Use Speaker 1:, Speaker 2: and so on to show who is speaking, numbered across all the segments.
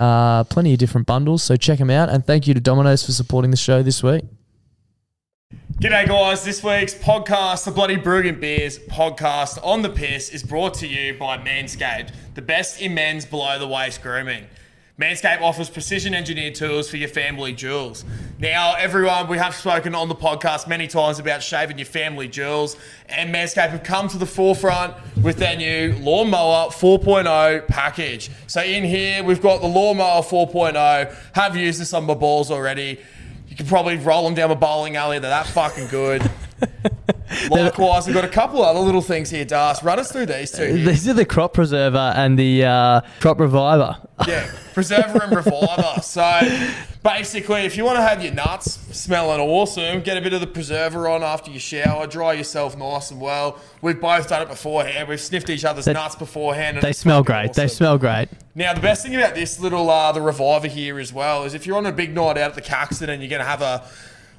Speaker 1: Uh, plenty of different bundles, so check them out. And thank you to Domino's for supporting the show this week.
Speaker 2: G'day, guys. This week's podcast, the Bloody Bruggen Beers podcast on the piss, is brought to you by Manscaped, the best in men's below the waist grooming. Manscaped offers precision engineered tools for your family jewels. Now, everyone, we have spoken on the podcast many times about shaving your family jewels, and Manscaped have come to the forefront with their new Lawnmower 4.0 package. So, in here, we've got the Lawnmower 4.0. Have used this on my balls already. You could probably roll them down a bowling alley. They're that fucking good. Likewise, we've got a couple other little things here, Das. Run us through these two. here.
Speaker 3: These are the crop preserver and the uh, crop reviver.
Speaker 2: Yeah, preserver and reviver. So basically, if you want to have your nuts smelling awesome, get a bit of the preserver on after you shower, dry yourself nice and well. We've both done it beforehand. We've sniffed each other's nuts beforehand. and
Speaker 3: They
Speaker 2: it's
Speaker 3: smell
Speaker 2: fucking
Speaker 3: great. They
Speaker 2: awesome.
Speaker 3: smell great.
Speaker 2: Now, the best thing about this little uh, the reviver here as well is if you're on a big night out at the Caxton and you're going to have a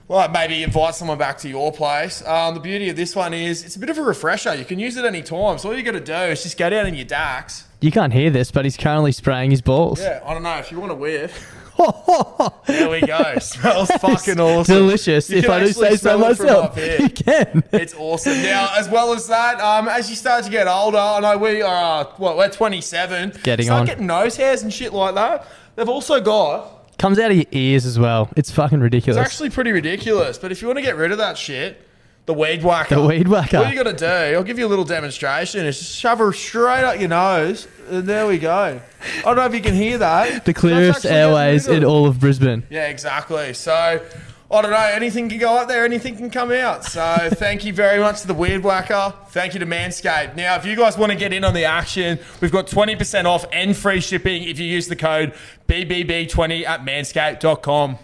Speaker 2: well, maybe invite someone back to your place. Um, the beauty of this one is it's a bit of a refresher. You can use it any time. So all you got to do is just go down in your dax.
Speaker 3: You can't hear this, but he's currently spraying his balls.
Speaker 2: Yeah, I don't know if you want to whiff. there we go. Smells fucking awesome.
Speaker 3: Delicious,
Speaker 2: You
Speaker 3: if
Speaker 2: can
Speaker 3: I do
Speaker 2: actually
Speaker 3: say so
Speaker 2: smell it from
Speaker 3: myself.
Speaker 2: up here.
Speaker 3: You can.
Speaker 2: It's awesome. Now, as well as that, um, as you start to get older, I know we are uh, what we're 27.
Speaker 3: Getting
Speaker 2: start
Speaker 3: on.
Speaker 2: getting nose hairs and shit like that. They've also got
Speaker 3: Comes out of your ears as well. It's fucking ridiculous.
Speaker 2: It's actually pretty ridiculous. But if you want to get rid of that shit, the weed whacker.
Speaker 3: The weed whacker.
Speaker 2: What you got to do? I'll give you a little demonstration. Is just shove her straight up your nose, and there we go. I don't know if you can hear that.
Speaker 3: the clearest
Speaker 2: That's actually getting
Speaker 3: airways
Speaker 2: rid of
Speaker 3: in
Speaker 2: it.
Speaker 3: all of Brisbane.
Speaker 2: Yeah, exactly. So. I don't know. Anything can go up there. Anything can come out. So thank you very much to the Weird Whacker. Thank you to Manscaped. Now, if you guys want to get in on the action, we've got 20% off and free shipping if you use the code BBB20 at manscaped.com.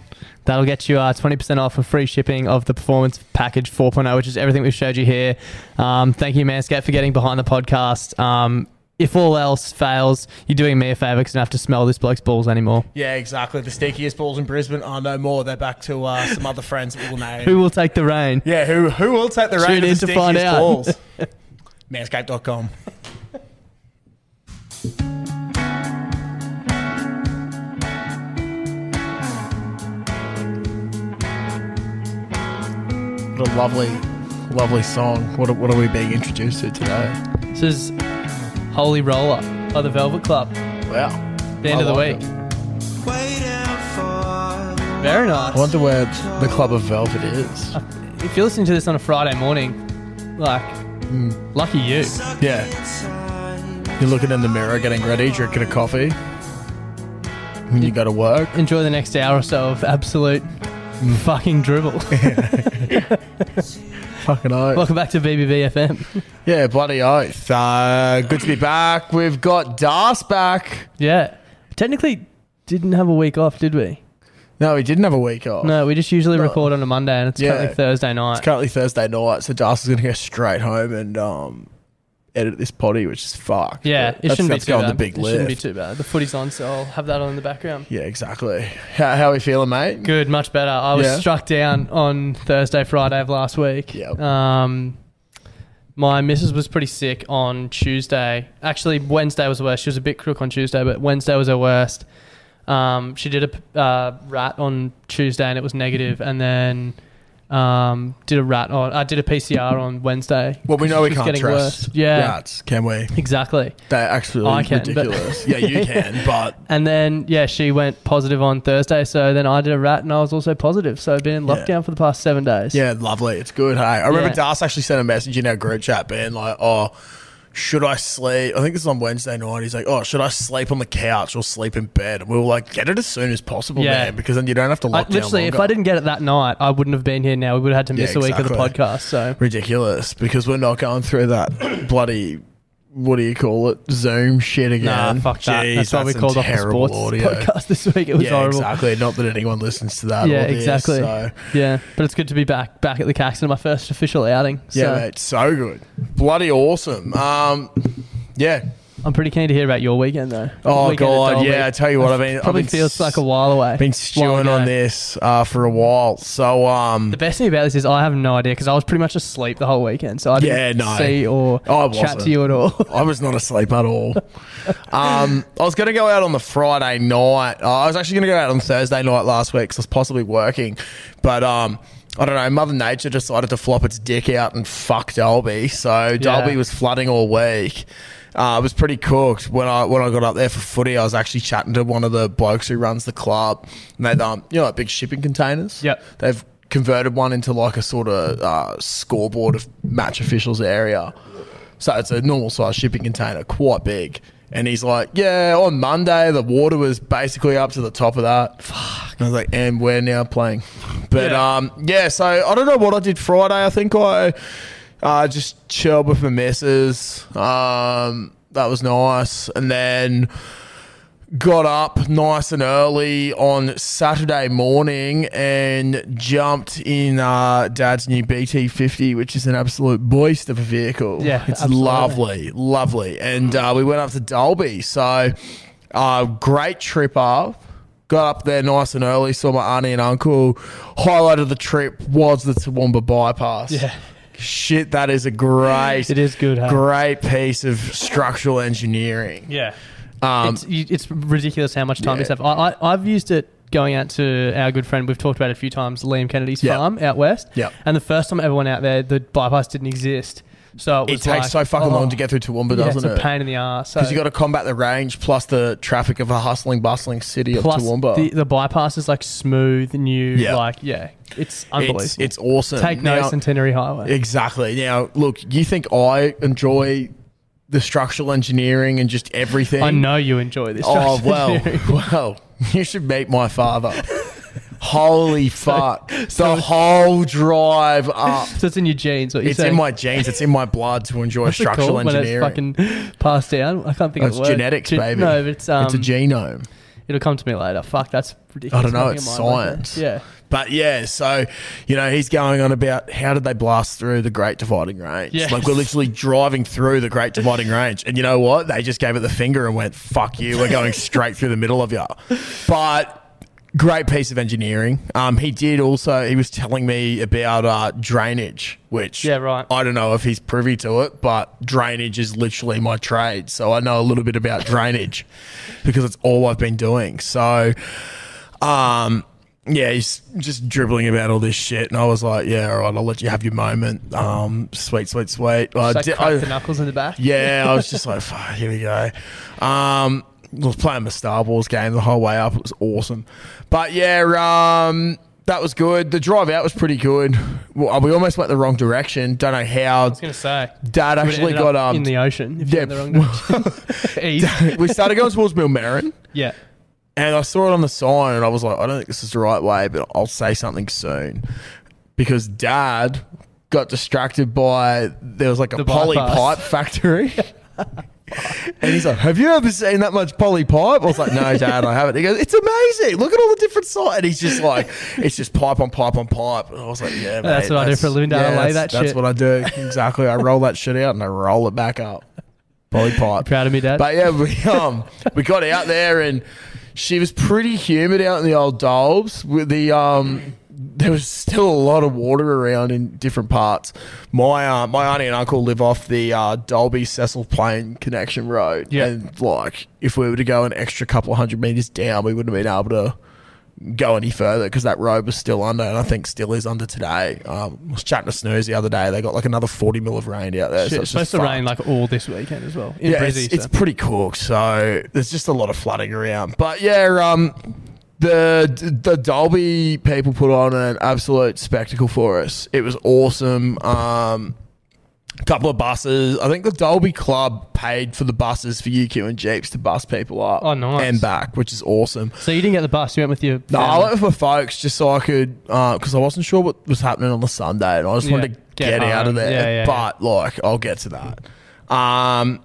Speaker 1: That'll get you uh, 20% off and free shipping of the Performance Package 4.0, which is everything we've showed you here. Um, thank you, Manscaped, for getting behind the podcast. Um, if all else fails, you're doing me a favour because I don't have to smell this bloke's balls anymore.
Speaker 4: Yeah, exactly. The stinkiest balls in Brisbane are no more. They're back to uh, some other friends that we'll name.
Speaker 1: Who will take the reign?
Speaker 4: yeah, who who will take the
Speaker 1: Tune
Speaker 4: reign
Speaker 1: in
Speaker 4: of the
Speaker 1: to find
Speaker 4: stinkiest
Speaker 1: out.
Speaker 4: balls? Manscaped.com.
Speaker 2: What a lovely, lovely song. What, are- what are we being introduced to today?
Speaker 1: This is Holy Roller by the Velvet Club.
Speaker 2: Wow.
Speaker 1: The end
Speaker 2: I
Speaker 1: of the
Speaker 2: like
Speaker 1: week. Very nice.
Speaker 2: I wonder where the Club of Velvet is.
Speaker 1: If you're listening to this on a Friday morning, like,
Speaker 2: Mm.
Speaker 1: lucky you.
Speaker 2: Yeah. You're looking in the mirror, getting ready, drinking a coffee. When you go to work.
Speaker 1: Enjoy the next hour or so of absolute
Speaker 2: Mm.
Speaker 1: fucking dribble.
Speaker 2: Fucking oath.
Speaker 1: Welcome back to BBB FM.
Speaker 2: Yeah, bloody oath. Uh, good to be back. We've got Das back.
Speaker 1: yeah. Technically, didn't have a week off, did we?
Speaker 2: No, he didn't have a week off.
Speaker 1: No, we just usually record on a Monday and it's
Speaker 2: Yeah.
Speaker 1: currently Thursday night.
Speaker 2: It's currently Thursday night, so Das is going to go straight home and um, edit this potty, which is fucked.
Speaker 1: yeah,
Speaker 2: But
Speaker 1: it shouldn't
Speaker 2: that's
Speaker 1: be too
Speaker 2: going
Speaker 1: bad.
Speaker 2: the big
Speaker 1: it shouldn't be
Speaker 2: lift.
Speaker 1: too bad. The footy's on, so I'll have that on in the background.
Speaker 2: yeah, exactly. How, how are we feeling, mate?
Speaker 1: Good, much better. I was
Speaker 2: Yeah.
Speaker 1: struck down on Thursday, Friday of last week.
Speaker 2: Yep.
Speaker 1: Um, my missus was pretty sick on Tuesday. Actually, Wednesday was the worst. She was a bit crook on Tuesday, but Wednesday was her worst. Um, she did a p- uh, rat on Tuesday and it was negative, and then um, did a rat on. I did a PCR on Wednesday.
Speaker 2: Well, we know we
Speaker 1: It's
Speaker 2: can't
Speaker 1: getting
Speaker 2: trust
Speaker 1: worse. Yeah.
Speaker 2: rats, can we?
Speaker 1: Exactly.
Speaker 2: They're actually
Speaker 1: I can, but-
Speaker 2: ridiculous. yeah, you can, but
Speaker 1: And then yeah, she went positive on Thursday. So then I did a rat and I was also positive. So I've been in
Speaker 2: Yeah.
Speaker 1: lockdown for the past seven days.
Speaker 2: yeah, lovely. It's good. Hey, I remember
Speaker 1: Yeah.
Speaker 2: Das actually sent a message in our group chat, being like, "Oh, should I sleep?" I think it's on Wednesday night. He's like, "Oh, should I sleep on the couch or sleep in bed?" And we were like, "Get it as soon as possible,
Speaker 1: Yeah.
Speaker 2: man, because then you don't have to
Speaker 1: I,
Speaker 2: lock down."
Speaker 1: literally, if
Speaker 2: longer."
Speaker 1: I didn't get it that night, I wouldn't have been here now. We would have had to miss
Speaker 2: Yeah,
Speaker 1: a week of the
Speaker 2: exactly.
Speaker 1: podcast. So
Speaker 2: ridiculous because we're not going through that bloody what do you call it Zoom shit again.
Speaker 1: nah, fuck that.
Speaker 2: Jeez,
Speaker 1: that's why we
Speaker 2: some
Speaker 1: called off the
Speaker 2: terrible
Speaker 1: sports podcast this week. It was
Speaker 2: yeah,
Speaker 1: horrible.
Speaker 2: exactly. Not that anyone listens to that.
Speaker 1: Yeah,
Speaker 2: or this,
Speaker 1: exactly.
Speaker 2: so.
Speaker 1: Yeah, but it's good to be back back at the Caxton, my first official outing. So
Speaker 2: Yeah, mate, so good, bloody awesome. Um, yeah.
Speaker 1: I'm pretty keen to hear about your weekend though.
Speaker 2: Oh
Speaker 1: Weekend at
Speaker 2: god,
Speaker 1: Dolby.
Speaker 2: yeah. I tell you what, I mean,
Speaker 1: probably
Speaker 2: I've been
Speaker 1: feels
Speaker 2: s-
Speaker 1: like a while away.
Speaker 2: Been
Speaker 1: While
Speaker 2: stewing
Speaker 1: ago.
Speaker 2: on this uh, for a while, so um,
Speaker 1: The best thing about this is I have no idea because I was pretty much asleep the whole weekend, so I didn't
Speaker 2: Yeah, no.
Speaker 1: see or
Speaker 2: I wasn't.
Speaker 1: chat to you at all.
Speaker 2: I was not asleep at all. Um, I was going to go out on the Friday night. Uh, I was actually going to go out on Thursday night last week because I was possibly working. But um, I don't know. Mother Nature decided to flop its dick out and fuck Dolby. So Dolby was flooding all week. Uh, it was pretty cooked when I when I got up there for footy. I was actually chatting to one of the blokes who runs the club, and they um you know like big shipping containers.
Speaker 1: Yep.
Speaker 2: they've converted one into like a sort of uh, scoreboard of match officials area. So it's a normal size shipping container, quite big. And he's like, Yeah, on Monday, the water was basically up to the top of that. Fuck. And I was like, And we're now playing. But yeah. um, yeah, so I don't know what I did Friday. I think I uh, just chilled with my missus. Um, that was nice. And then got up nice and early on Saturday morning and jumped in uh, Dad's new BT50, which is an absolute beast of a vehicle.
Speaker 1: Yeah,
Speaker 2: it's
Speaker 1: absolutely.
Speaker 2: lovely, lovely. And uh, we went up to Dolby, so uh, great trip up. Got up there nice and early, saw my auntie and uncle. Highlight of the trip was the Toowoomba bypass.
Speaker 1: Yeah.
Speaker 2: Shit, that is a great,
Speaker 1: It is good, hey?
Speaker 2: great piece of structural engineering.
Speaker 1: Yeah.
Speaker 2: Um,
Speaker 1: it's, you- it's ridiculous how much time
Speaker 2: Yeah.
Speaker 1: you have. I, I, I've used it going out to our good friend, we've talked about it a few times, Liam Kennedy's
Speaker 2: Yeah.
Speaker 1: farm out west.
Speaker 2: Yeah.
Speaker 1: And the first time I ever went out there, the bypass didn't exist. So it,
Speaker 2: It
Speaker 1: was
Speaker 2: takes so
Speaker 1: like,
Speaker 2: fucking
Speaker 1: oh,
Speaker 2: long to get through Toowoomba,
Speaker 1: yeah,
Speaker 2: doesn't
Speaker 1: it's a
Speaker 2: it?
Speaker 1: pain in the ass. So
Speaker 2: Because you got to combat the range plus the traffic of a hustling, bustling city of
Speaker 1: plus
Speaker 2: Toowoomba.
Speaker 1: the, the bypass is like smooth, new,
Speaker 2: Yeah.
Speaker 1: like, yeah, it's unbelievable.
Speaker 2: it's, it's awesome.
Speaker 1: Take no
Speaker 2: Now-
Speaker 1: Centenary Highway.
Speaker 2: Exactly. Now, look, you think I enjoy the structural engineering and just everything?
Speaker 1: I know you enjoy this.
Speaker 2: Oh,
Speaker 1: Justin.
Speaker 2: well, well, you should meet my father. Holy fuck. the whole drive up.
Speaker 1: so it's in your jeans. What you're
Speaker 2: It's
Speaker 1: saying.
Speaker 2: in my genes. It's in my blood to enjoy
Speaker 1: What's it called
Speaker 2: structural
Speaker 1: when
Speaker 2: engineering.
Speaker 1: it's fucking passed down. I can't think
Speaker 2: Oh,
Speaker 1: of
Speaker 2: it's
Speaker 1: the word.
Speaker 2: genetics,
Speaker 1: Gen-
Speaker 2: baby.
Speaker 1: No, but it's um,
Speaker 2: it's a genome.
Speaker 1: It'll come to me later. Fuck, that's ridiculous.
Speaker 2: I don't know.
Speaker 1: Making
Speaker 2: It's
Speaker 1: a mind like that.
Speaker 2: science.
Speaker 1: yeah.
Speaker 2: But yeah, so you know he's going on about how did they blast through the Great Dividing Range?
Speaker 1: Yes.
Speaker 2: Like we're literally driving through the Great Dividing Range, and you know what? They just gave it the finger and went, "Fuck you! We're going straight through the middle of you." But great piece of engineering. Um, he did also. He was telling me about uh, drainage, which
Speaker 1: Yeah, right.
Speaker 2: I don't know if he's privy to it, but drainage is literally my trade, so I know a little bit about drainage because it's all I've been doing. So. Um, yeah, he's just dribbling about all this shit, and I was like, "Yeah, all right, I'll let you have your moment." Um, sweet, sweet, sweet. I
Speaker 1: Just,
Speaker 2: di-
Speaker 1: like, crack
Speaker 2: I-
Speaker 1: the knuckles in the back.
Speaker 2: yeah, I was just like, "Fuck, here we go." Um, I was playing the Star Wars game the whole way up. It was awesome, but yeah, um, that was good. The drive out was pretty good. Well, uh, we almost went the wrong direction. Don't know how.
Speaker 1: I was gonna say.
Speaker 2: Dad
Speaker 1: Would've
Speaker 2: actually
Speaker 1: ended
Speaker 2: got
Speaker 1: up
Speaker 2: um.
Speaker 1: in the ocean. If
Speaker 2: yeah.
Speaker 1: yeah. In the wrong direction. Easy.
Speaker 2: we started going towards Milmerran.
Speaker 1: yeah.
Speaker 2: And I saw it on the sign and I was like, I don't think this is the right way, but I'll say something soon. Because dad got distracted by there was like a
Speaker 1: The
Speaker 2: poly
Speaker 1: bypass.
Speaker 2: pipe factory. and he's like, Have you ever seen that much poly pipe? I was like, No, dad, I haven't. He goes, It's amazing. Look at all the different sites. And he's just like, It's just pipe on pipe on pipe. And I was like, Yeah, mate,
Speaker 1: That's what I do for a living, Dad. I lay
Speaker 2: that's-
Speaker 1: that
Speaker 2: That's
Speaker 1: shit."
Speaker 2: what I do. Exactly. I roll that shit out and I roll it back up. Poly pipe.
Speaker 1: Proud of me, Dad.
Speaker 2: But yeah, we um we got out there and she was pretty humid out in the old Dolbs with the um there was still a lot of water around in different parts. My uh, my auntie and uncle live off the uh, Dolby Cecil Plain connection road.
Speaker 1: Yeah.
Speaker 2: And like if we were to go an extra couple of hundred meters down, we wouldn't have been able to go any further because that road was still under, and I think still is under today. Um, I was chatting to Snooze the other day. They got like another forty mil of rain out there.
Speaker 1: Shit, it's
Speaker 2: so it's
Speaker 1: supposed to
Speaker 2: just
Speaker 1: rain
Speaker 2: fucked.
Speaker 1: like all this weekend as well. In
Speaker 2: yeah,
Speaker 1: Brizzy,
Speaker 2: it's, it's
Speaker 1: so.
Speaker 2: pretty cooked. So there's just a lot of flooding around. But yeah, um, the the Dolby people put on an absolute spectacle for us. It was awesome. Um, couple of buses. I think the Dolby Club paid for the buses for UQ and Jeeps to bus people up.
Speaker 1: Oh, nice.
Speaker 2: And back, which is awesome.
Speaker 1: so you didn't get the bus. You went with your.
Speaker 2: No, I
Speaker 1: family.
Speaker 2: went with my folks just so I could, because I wasn't sure what was happening on the Sunday, and I just wanted
Speaker 1: Yeah,
Speaker 2: to
Speaker 1: get
Speaker 2: get, out of
Speaker 1: home.
Speaker 2: there.
Speaker 1: Yeah, yeah,
Speaker 2: but like, I'll get to that. Um,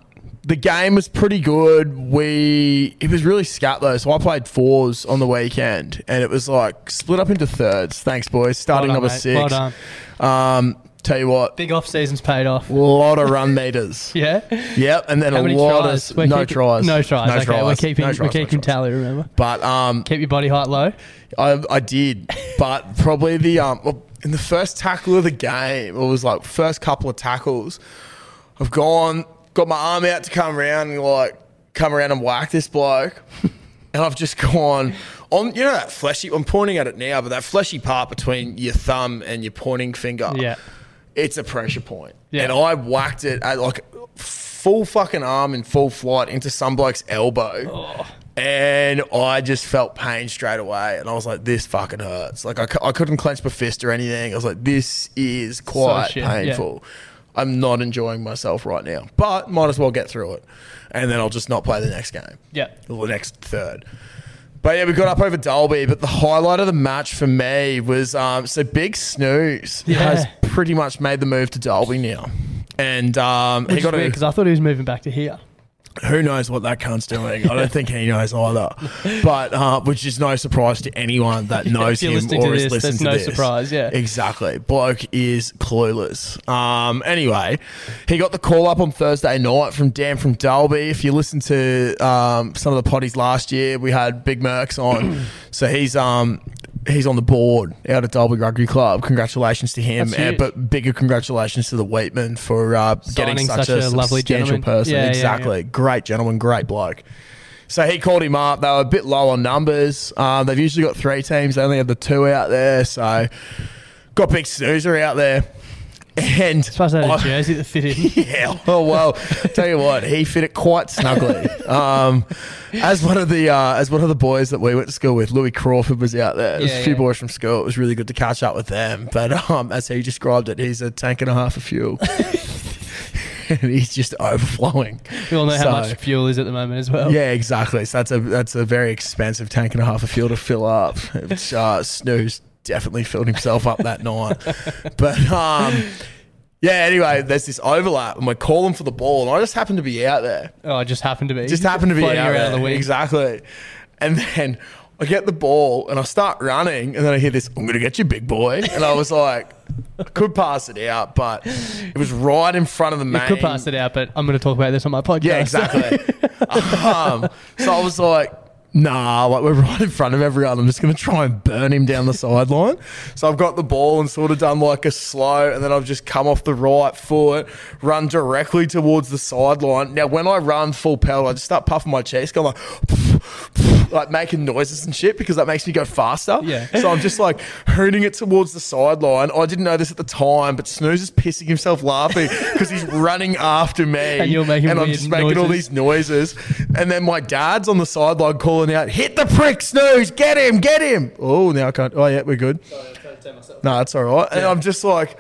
Speaker 2: the game was pretty good. We it was really scat though, so I played fours on the weekend, and it was like split up into thirds. Thanks, boys. Starting
Speaker 1: Well done,
Speaker 2: number
Speaker 1: mate.
Speaker 2: six.
Speaker 1: Well done.
Speaker 2: Um, tell you what,
Speaker 1: Big off season's paid off.
Speaker 2: a lot of run meters.
Speaker 1: Yeah.
Speaker 2: Yep, and then
Speaker 1: How
Speaker 2: a
Speaker 1: many
Speaker 2: lot
Speaker 1: tries?
Speaker 2: of
Speaker 1: We're
Speaker 2: no
Speaker 1: keeping-
Speaker 2: tries,
Speaker 1: No tries. okay, we're
Speaker 2: no
Speaker 1: keeping,
Speaker 2: tries,
Speaker 1: we're
Speaker 2: no
Speaker 1: keeping
Speaker 2: tries.
Speaker 1: tally. Remember,
Speaker 2: But um,
Speaker 1: keep your body height low.
Speaker 2: I, I did, but probably the um well, in the first tackle of the game, it was like first couple of tackles. I've gone, got my arm out to come around and like come around and whack this bloke, and I've just gone on. You know that fleshy. I'm pointing at it now, but that fleshy part between your thumb and your pointing finger
Speaker 1: Yeah.
Speaker 2: it's a pressure point.
Speaker 1: Yeah.
Speaker 2: And I whacked it at like full fucking arm in full flight into some bloke's elbow.
Speaker 1: Oh.
Speaker 2: And I just felt pain straight away. And I was like, this fucking hurts. Like, I, cou- I couldn't clench my fist or anything. I was like, this is quite
Speaker 1: shit, yeah.
Speaker 2: painful. I'm not enjoying myself right now, but might as well get through it. And then I'll just not play the next game
Speaker 1: Yeah.
Speaker 2: the next third. But yeah, we got up over Dolby. But the highlight of the match for me was um, so Big Snooze
Speaker 1: Yeah.
Speaker 2: has pretty much made the move to Dolby now, and um, he
Speaker 1: Which
Speaker 2: got
Speaker 1: is weird because
Speaker 2: a,
Speaker 1: I thought he was moving back to here.
Speaker 2: who knows what that cunt's doing. I don't think he knows either. But uh, which is no surprise to anyone that knows
Speaker 1: you're
Speaker 2: him
Speaker 1: listening
Speaker 2: or
Speaker 1: to
Speaker 2: is
Speaker 1: this,
Speaker 2: listening
Speaker 1: that's
Speaker 2: to
Speaker 1: no
Speaker 2: this.
Speaker 1: surprise, yeah.
Speaker 2: exactly. Bloke is clueless. Um, anyway, he got the call up on Thursday night from Dan from Dalby. If you listen to um, some of the potties last year, we had Big Mercs on, so he's um. He's on the board out at Dalby Rugby Club. Congratulations to him,
Speaker 1: That's huge.
Speaker 2: and, but bigger congratulations to the Wheatman for uh, getting
Speaker 1: Signing
Speaker 2: such, a, lovely gentleman. person.
Speaker 1: Yeah, yeah,
Speaker 2: exactly, great gentleman, great bloke. So he called him up. They were a bit low on numbers. Um, they've usually got three teams. They only have the two out there. So got big snoozer out there. And
Speaker 1: Plus, I had a
Speaker 2: I-
Speaker 1: jersey that fit in.
Speaker 2: yeah. Oh well. Tell you what, he fit it quite snugly. Um, as one of the uh, as one of the boys that we went to school with, Louis Crawford was out there. There's
Speaker 1: Yeah,
Speaker 2: a few
Speaker 1: yeah.
Speaker 2: boys from school. It was really good to catch up with them. But um, as he described it, he's a tank and a half of fuel. and he's just overflowing.
Speaker 1: We all know
Speaker 2: So-
Speaker 1: how much fuel is at the moment as well.
Speaker 2: yeah, exactly. So that's a that's a very expensive tank and a half of fuel to fill up. Which uh, Snooze definitely filled himself up that night. But um, yeah, anyway, there's this overlap, and we're calling for the ball, and I just happened to be out there.
Speaker 1: Oh, it just happened to be.
Speaker 2: Just happened to be
Speaker 1: floating
Speaker 2: out
Speaker 1: around
Speaker 2: there.
Speaker 1: the wing.
Speaker 2: Exactly. And then I get the ball and I start running, and then I hear this, I'm going to get you, big boy. And I was like, I could pass it out, but it was right in front of the main.
Speaker 1: Could pass it out, but I'm going to talk about this on my podcast.
Speaker 2: Yeah, exactly. um, so I was like, nah, like we're right in front of everyone. I'm just going to try and burn him down the sideline. So I've got the ball and sort of done like a slow, and then I've just come off the right foot, run directly towards the sideline. Now, when I run full pedal, I just start puffing my chest, going like, like making noises and shit because that makes me go faster.
Speaker 1: Yeah.
Speaker 2: So I'm just like hooning it towards the sideline. I didn't know this at the time, but Snooze is pissing himself laughing because he's running after me
Speaker 1: And you're making
Speaker 2: and I'm
Speaker 1: weird
Speaker 2: just making all
Speaker 1: noises.
Speaker 2: these noises. And then my dad's on the sideline calling out, "Hit the prick, snooze! Get him! Get him!" Oh, now I can't. Oh yeah, we're good. No, that's all right. And I'm just like,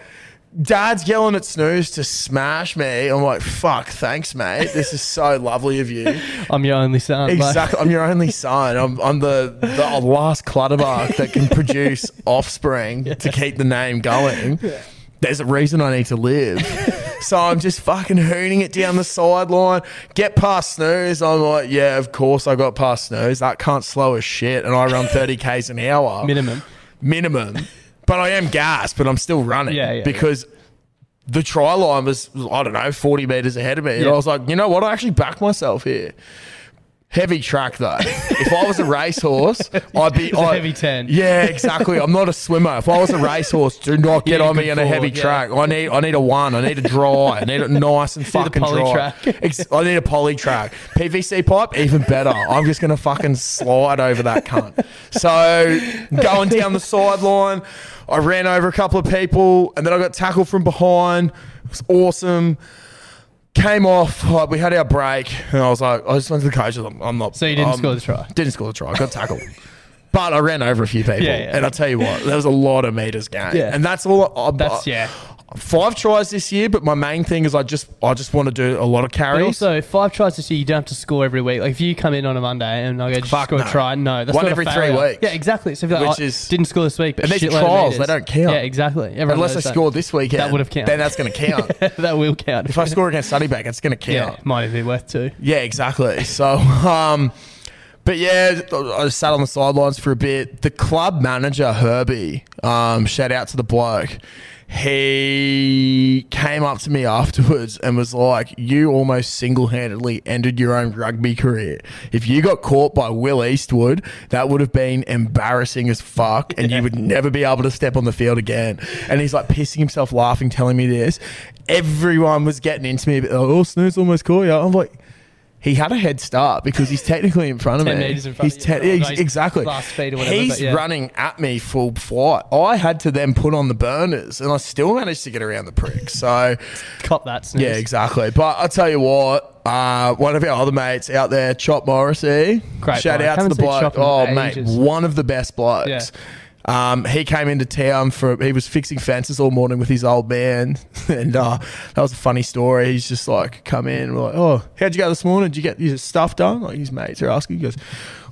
Speaker 2: Dad's yelling at snooze to smash me. I'm like, "Fuck, thanks, mate. This is so lovely of you."
Speaker 1: I'm your only son. like-
Speaker 2: Exactly. I'm your only son. I'm, I'm the, the last clutterbuck that can produce offspring to keep the name going. There's a reason I need to live. so I'm just fucking hooning it down the sideline. Get past Snooze. I'm like, yeah, of course I got past Snooze. That can't slow as shit. And I run 30 Ks an hour.
Speaker 1: Minimum.
Speaker 2: Minimum. But I am gassed, but I'm still running.
Speaker 1: Yeah, yeah,
Speaker 2: because the try line was, I don't know, 40 meters ahead of me. And
Speaker 1: Yeah.
Speaker 2: I was like, you know what? I actually backed myself here. Heavy track though. If I was a racehorse, I'd be
Speaker 1: It's a
Speaker 2: I-
Speaker 1: heavy 10.
Speaker 2: Yeah, exactly. I'm not a swimmer. If I was a racehorse, do not get
Speaker 1: Yeah,
Speaker 2: on me
Speaker 1: good
Speaker 2: in a heavy
Speaker 1: forward, yeah.
Speaker 2: track. I need I need a one. I need a dry. I need it nice and
Speaker 1: a
Speaker 2: fucking
Speaker 1: poly
Speaker 2: dry.
Speaker 1: track.
Speaker 2: Ex- I need a poly track. PVC pipe, even better. I'm just gonna fucking slide over that cunt. So going down the sideline, I ran over a couple of people, and then I got tackled from behind. It was awesome. Came off, like, we had our break, and I was like, I just went to the coach. I'm, I'm not.
Speaker 1: So you didn't
Speaker 2: um,
Speaker 1: score the try.
Speaker 2: Didn't score the try. I got tackled. But I ran over a few people,
Speaker 1: Yeah, yeah.
Speaker 2: and I tell you what, there was a lot of meters gained,
Speaker 1: Yeah.
Speaker 2: and that's all. I, I,
Speaker 1: That's yeah.
Speaker 2: five tries this year, but my main thing is I just I just want to do a lot of
Speaker 1: But
Speaker 2: carries.
Speaker 1: also, five tries this year, you don't have to score every week. Like if you come in on a Monday and I go, "Did you
Speaker 2: Fuck
Speaker 1: score
Speaker 2: no.
Speaker 1: a try, no, that's
Speaker 2: One
Speaker 1: not a
Speaker 2: every three
Speaker 1: failure.
Speaker 2: weeks.
Speaker 1: Yeah, exactly. So if you're like,
Speaker 2: Which
Speaker 1: I
Speaker 2: is-
Speaker 1: didn't score this week, but
Speaker 2: And these are
Speaker 1: shitload of
Speaker 2: trials,
Speaker 1: meters.
Speaker 2: they don't count.
Speaker 1: Yeah, exactly. Everyone
Speaker 2: Unless I
Speaker 1: knows that.
Speaker 2: scored this weekend,
Speaker 1: That would've counted.
Speaker 2: Then that's going to count.
Speaker 1: that will count.
Speaker 2: if I score against Sunnybank, it's going to count.
Speaker 1: yeah, might be worth two.
Speaker 2: Yeah, exactly. So, um, but yeah, I just sat on the sidelines for a bit. The club manager, Herbie, um, shout out to the bloke. He came up to me afterwards and was like, You almost single handedly ended your own rugby career. If you got caught by Will Eastwood, that would have been embarrassing as fuck and you would never be able to step on the field again. And he's like pissing himself laughing, telling me this. Everyone was getting into me, but they're like, oh, Snooze almost caught you. I'm like, he had a head start because he's technically in front of
Speaker 1: 10
Speaker 2: me.
Speaker 1: meters in front
Speaker 2: he's
Speaker 1: of you.
Speaker 2: ten-
Speaker 1: Oh, no,
Speaker 2: ex-
Speaker 1: he's
Speaker 2: exactly.
Speaker 1: last feet or whatever,
Speaker 2: he's
Speaker 1: but yeah.
Speaker 2: running at me full flight. I had to then put on the burners, and I still managed to get around the prick. So,
Speaker 1: Cop that. Snooze.
Speaker 2: yeah, exactly. But I'll tell you what, uh, one of our other mates out there, Chop Morrissey,
Speaker 1: Great
Speaker 2: shout
Speaker 1: bloke.
Speaker 2: out to
Speaker 1: Haven't
Speaker 2: the
Speaker 1: seen
Speaker 2: bloke.
Speaker 1: Chop in
Speaker 2: Oh,
Speaker 1: ages.
Speaker 2: mate, one of the best blokes.
Speaker 1: Yeah.
Speaker 2: Um, he came into town for he was fixing fences all morning with his old man, and uh, that was a funny story. He's just like come in, we're like, oh, how'd you go this morning? Did you get your stuff done? Like his mates are asking. He goes,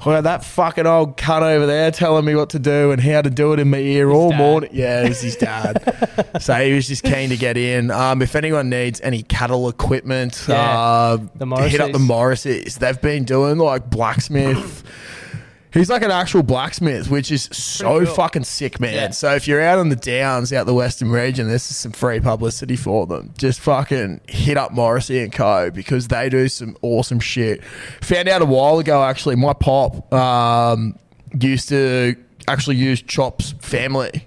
Speaker 2: oh, that fucking old cunt over there telling me what to do and how to do it in my ear all
Speaker 1: dad.
Speaker 2: morning. Yeah, it was his dad. so he was just keen to get in. Um, if anyone needs any cattle equipment,
Speaker 1: Yeah.
Speaker 2: uh,
Speaker 1: The
Speaker 2: hit up the
Speaker 1: Morriseys.
Speaker 2: Morrises. They've been doing like blacksmith. He's like an actual blacksmith, which is so fucking sick, man.
Speaker 1: Yeah.
Speaker 2: So if you're out on the downs, out the Western region, this is some free publicity for them. Just fucking hit up Morrissey and Co. because they do some awesome shit. Found out a while ago, actually, my pop um, used to actually use Chop's family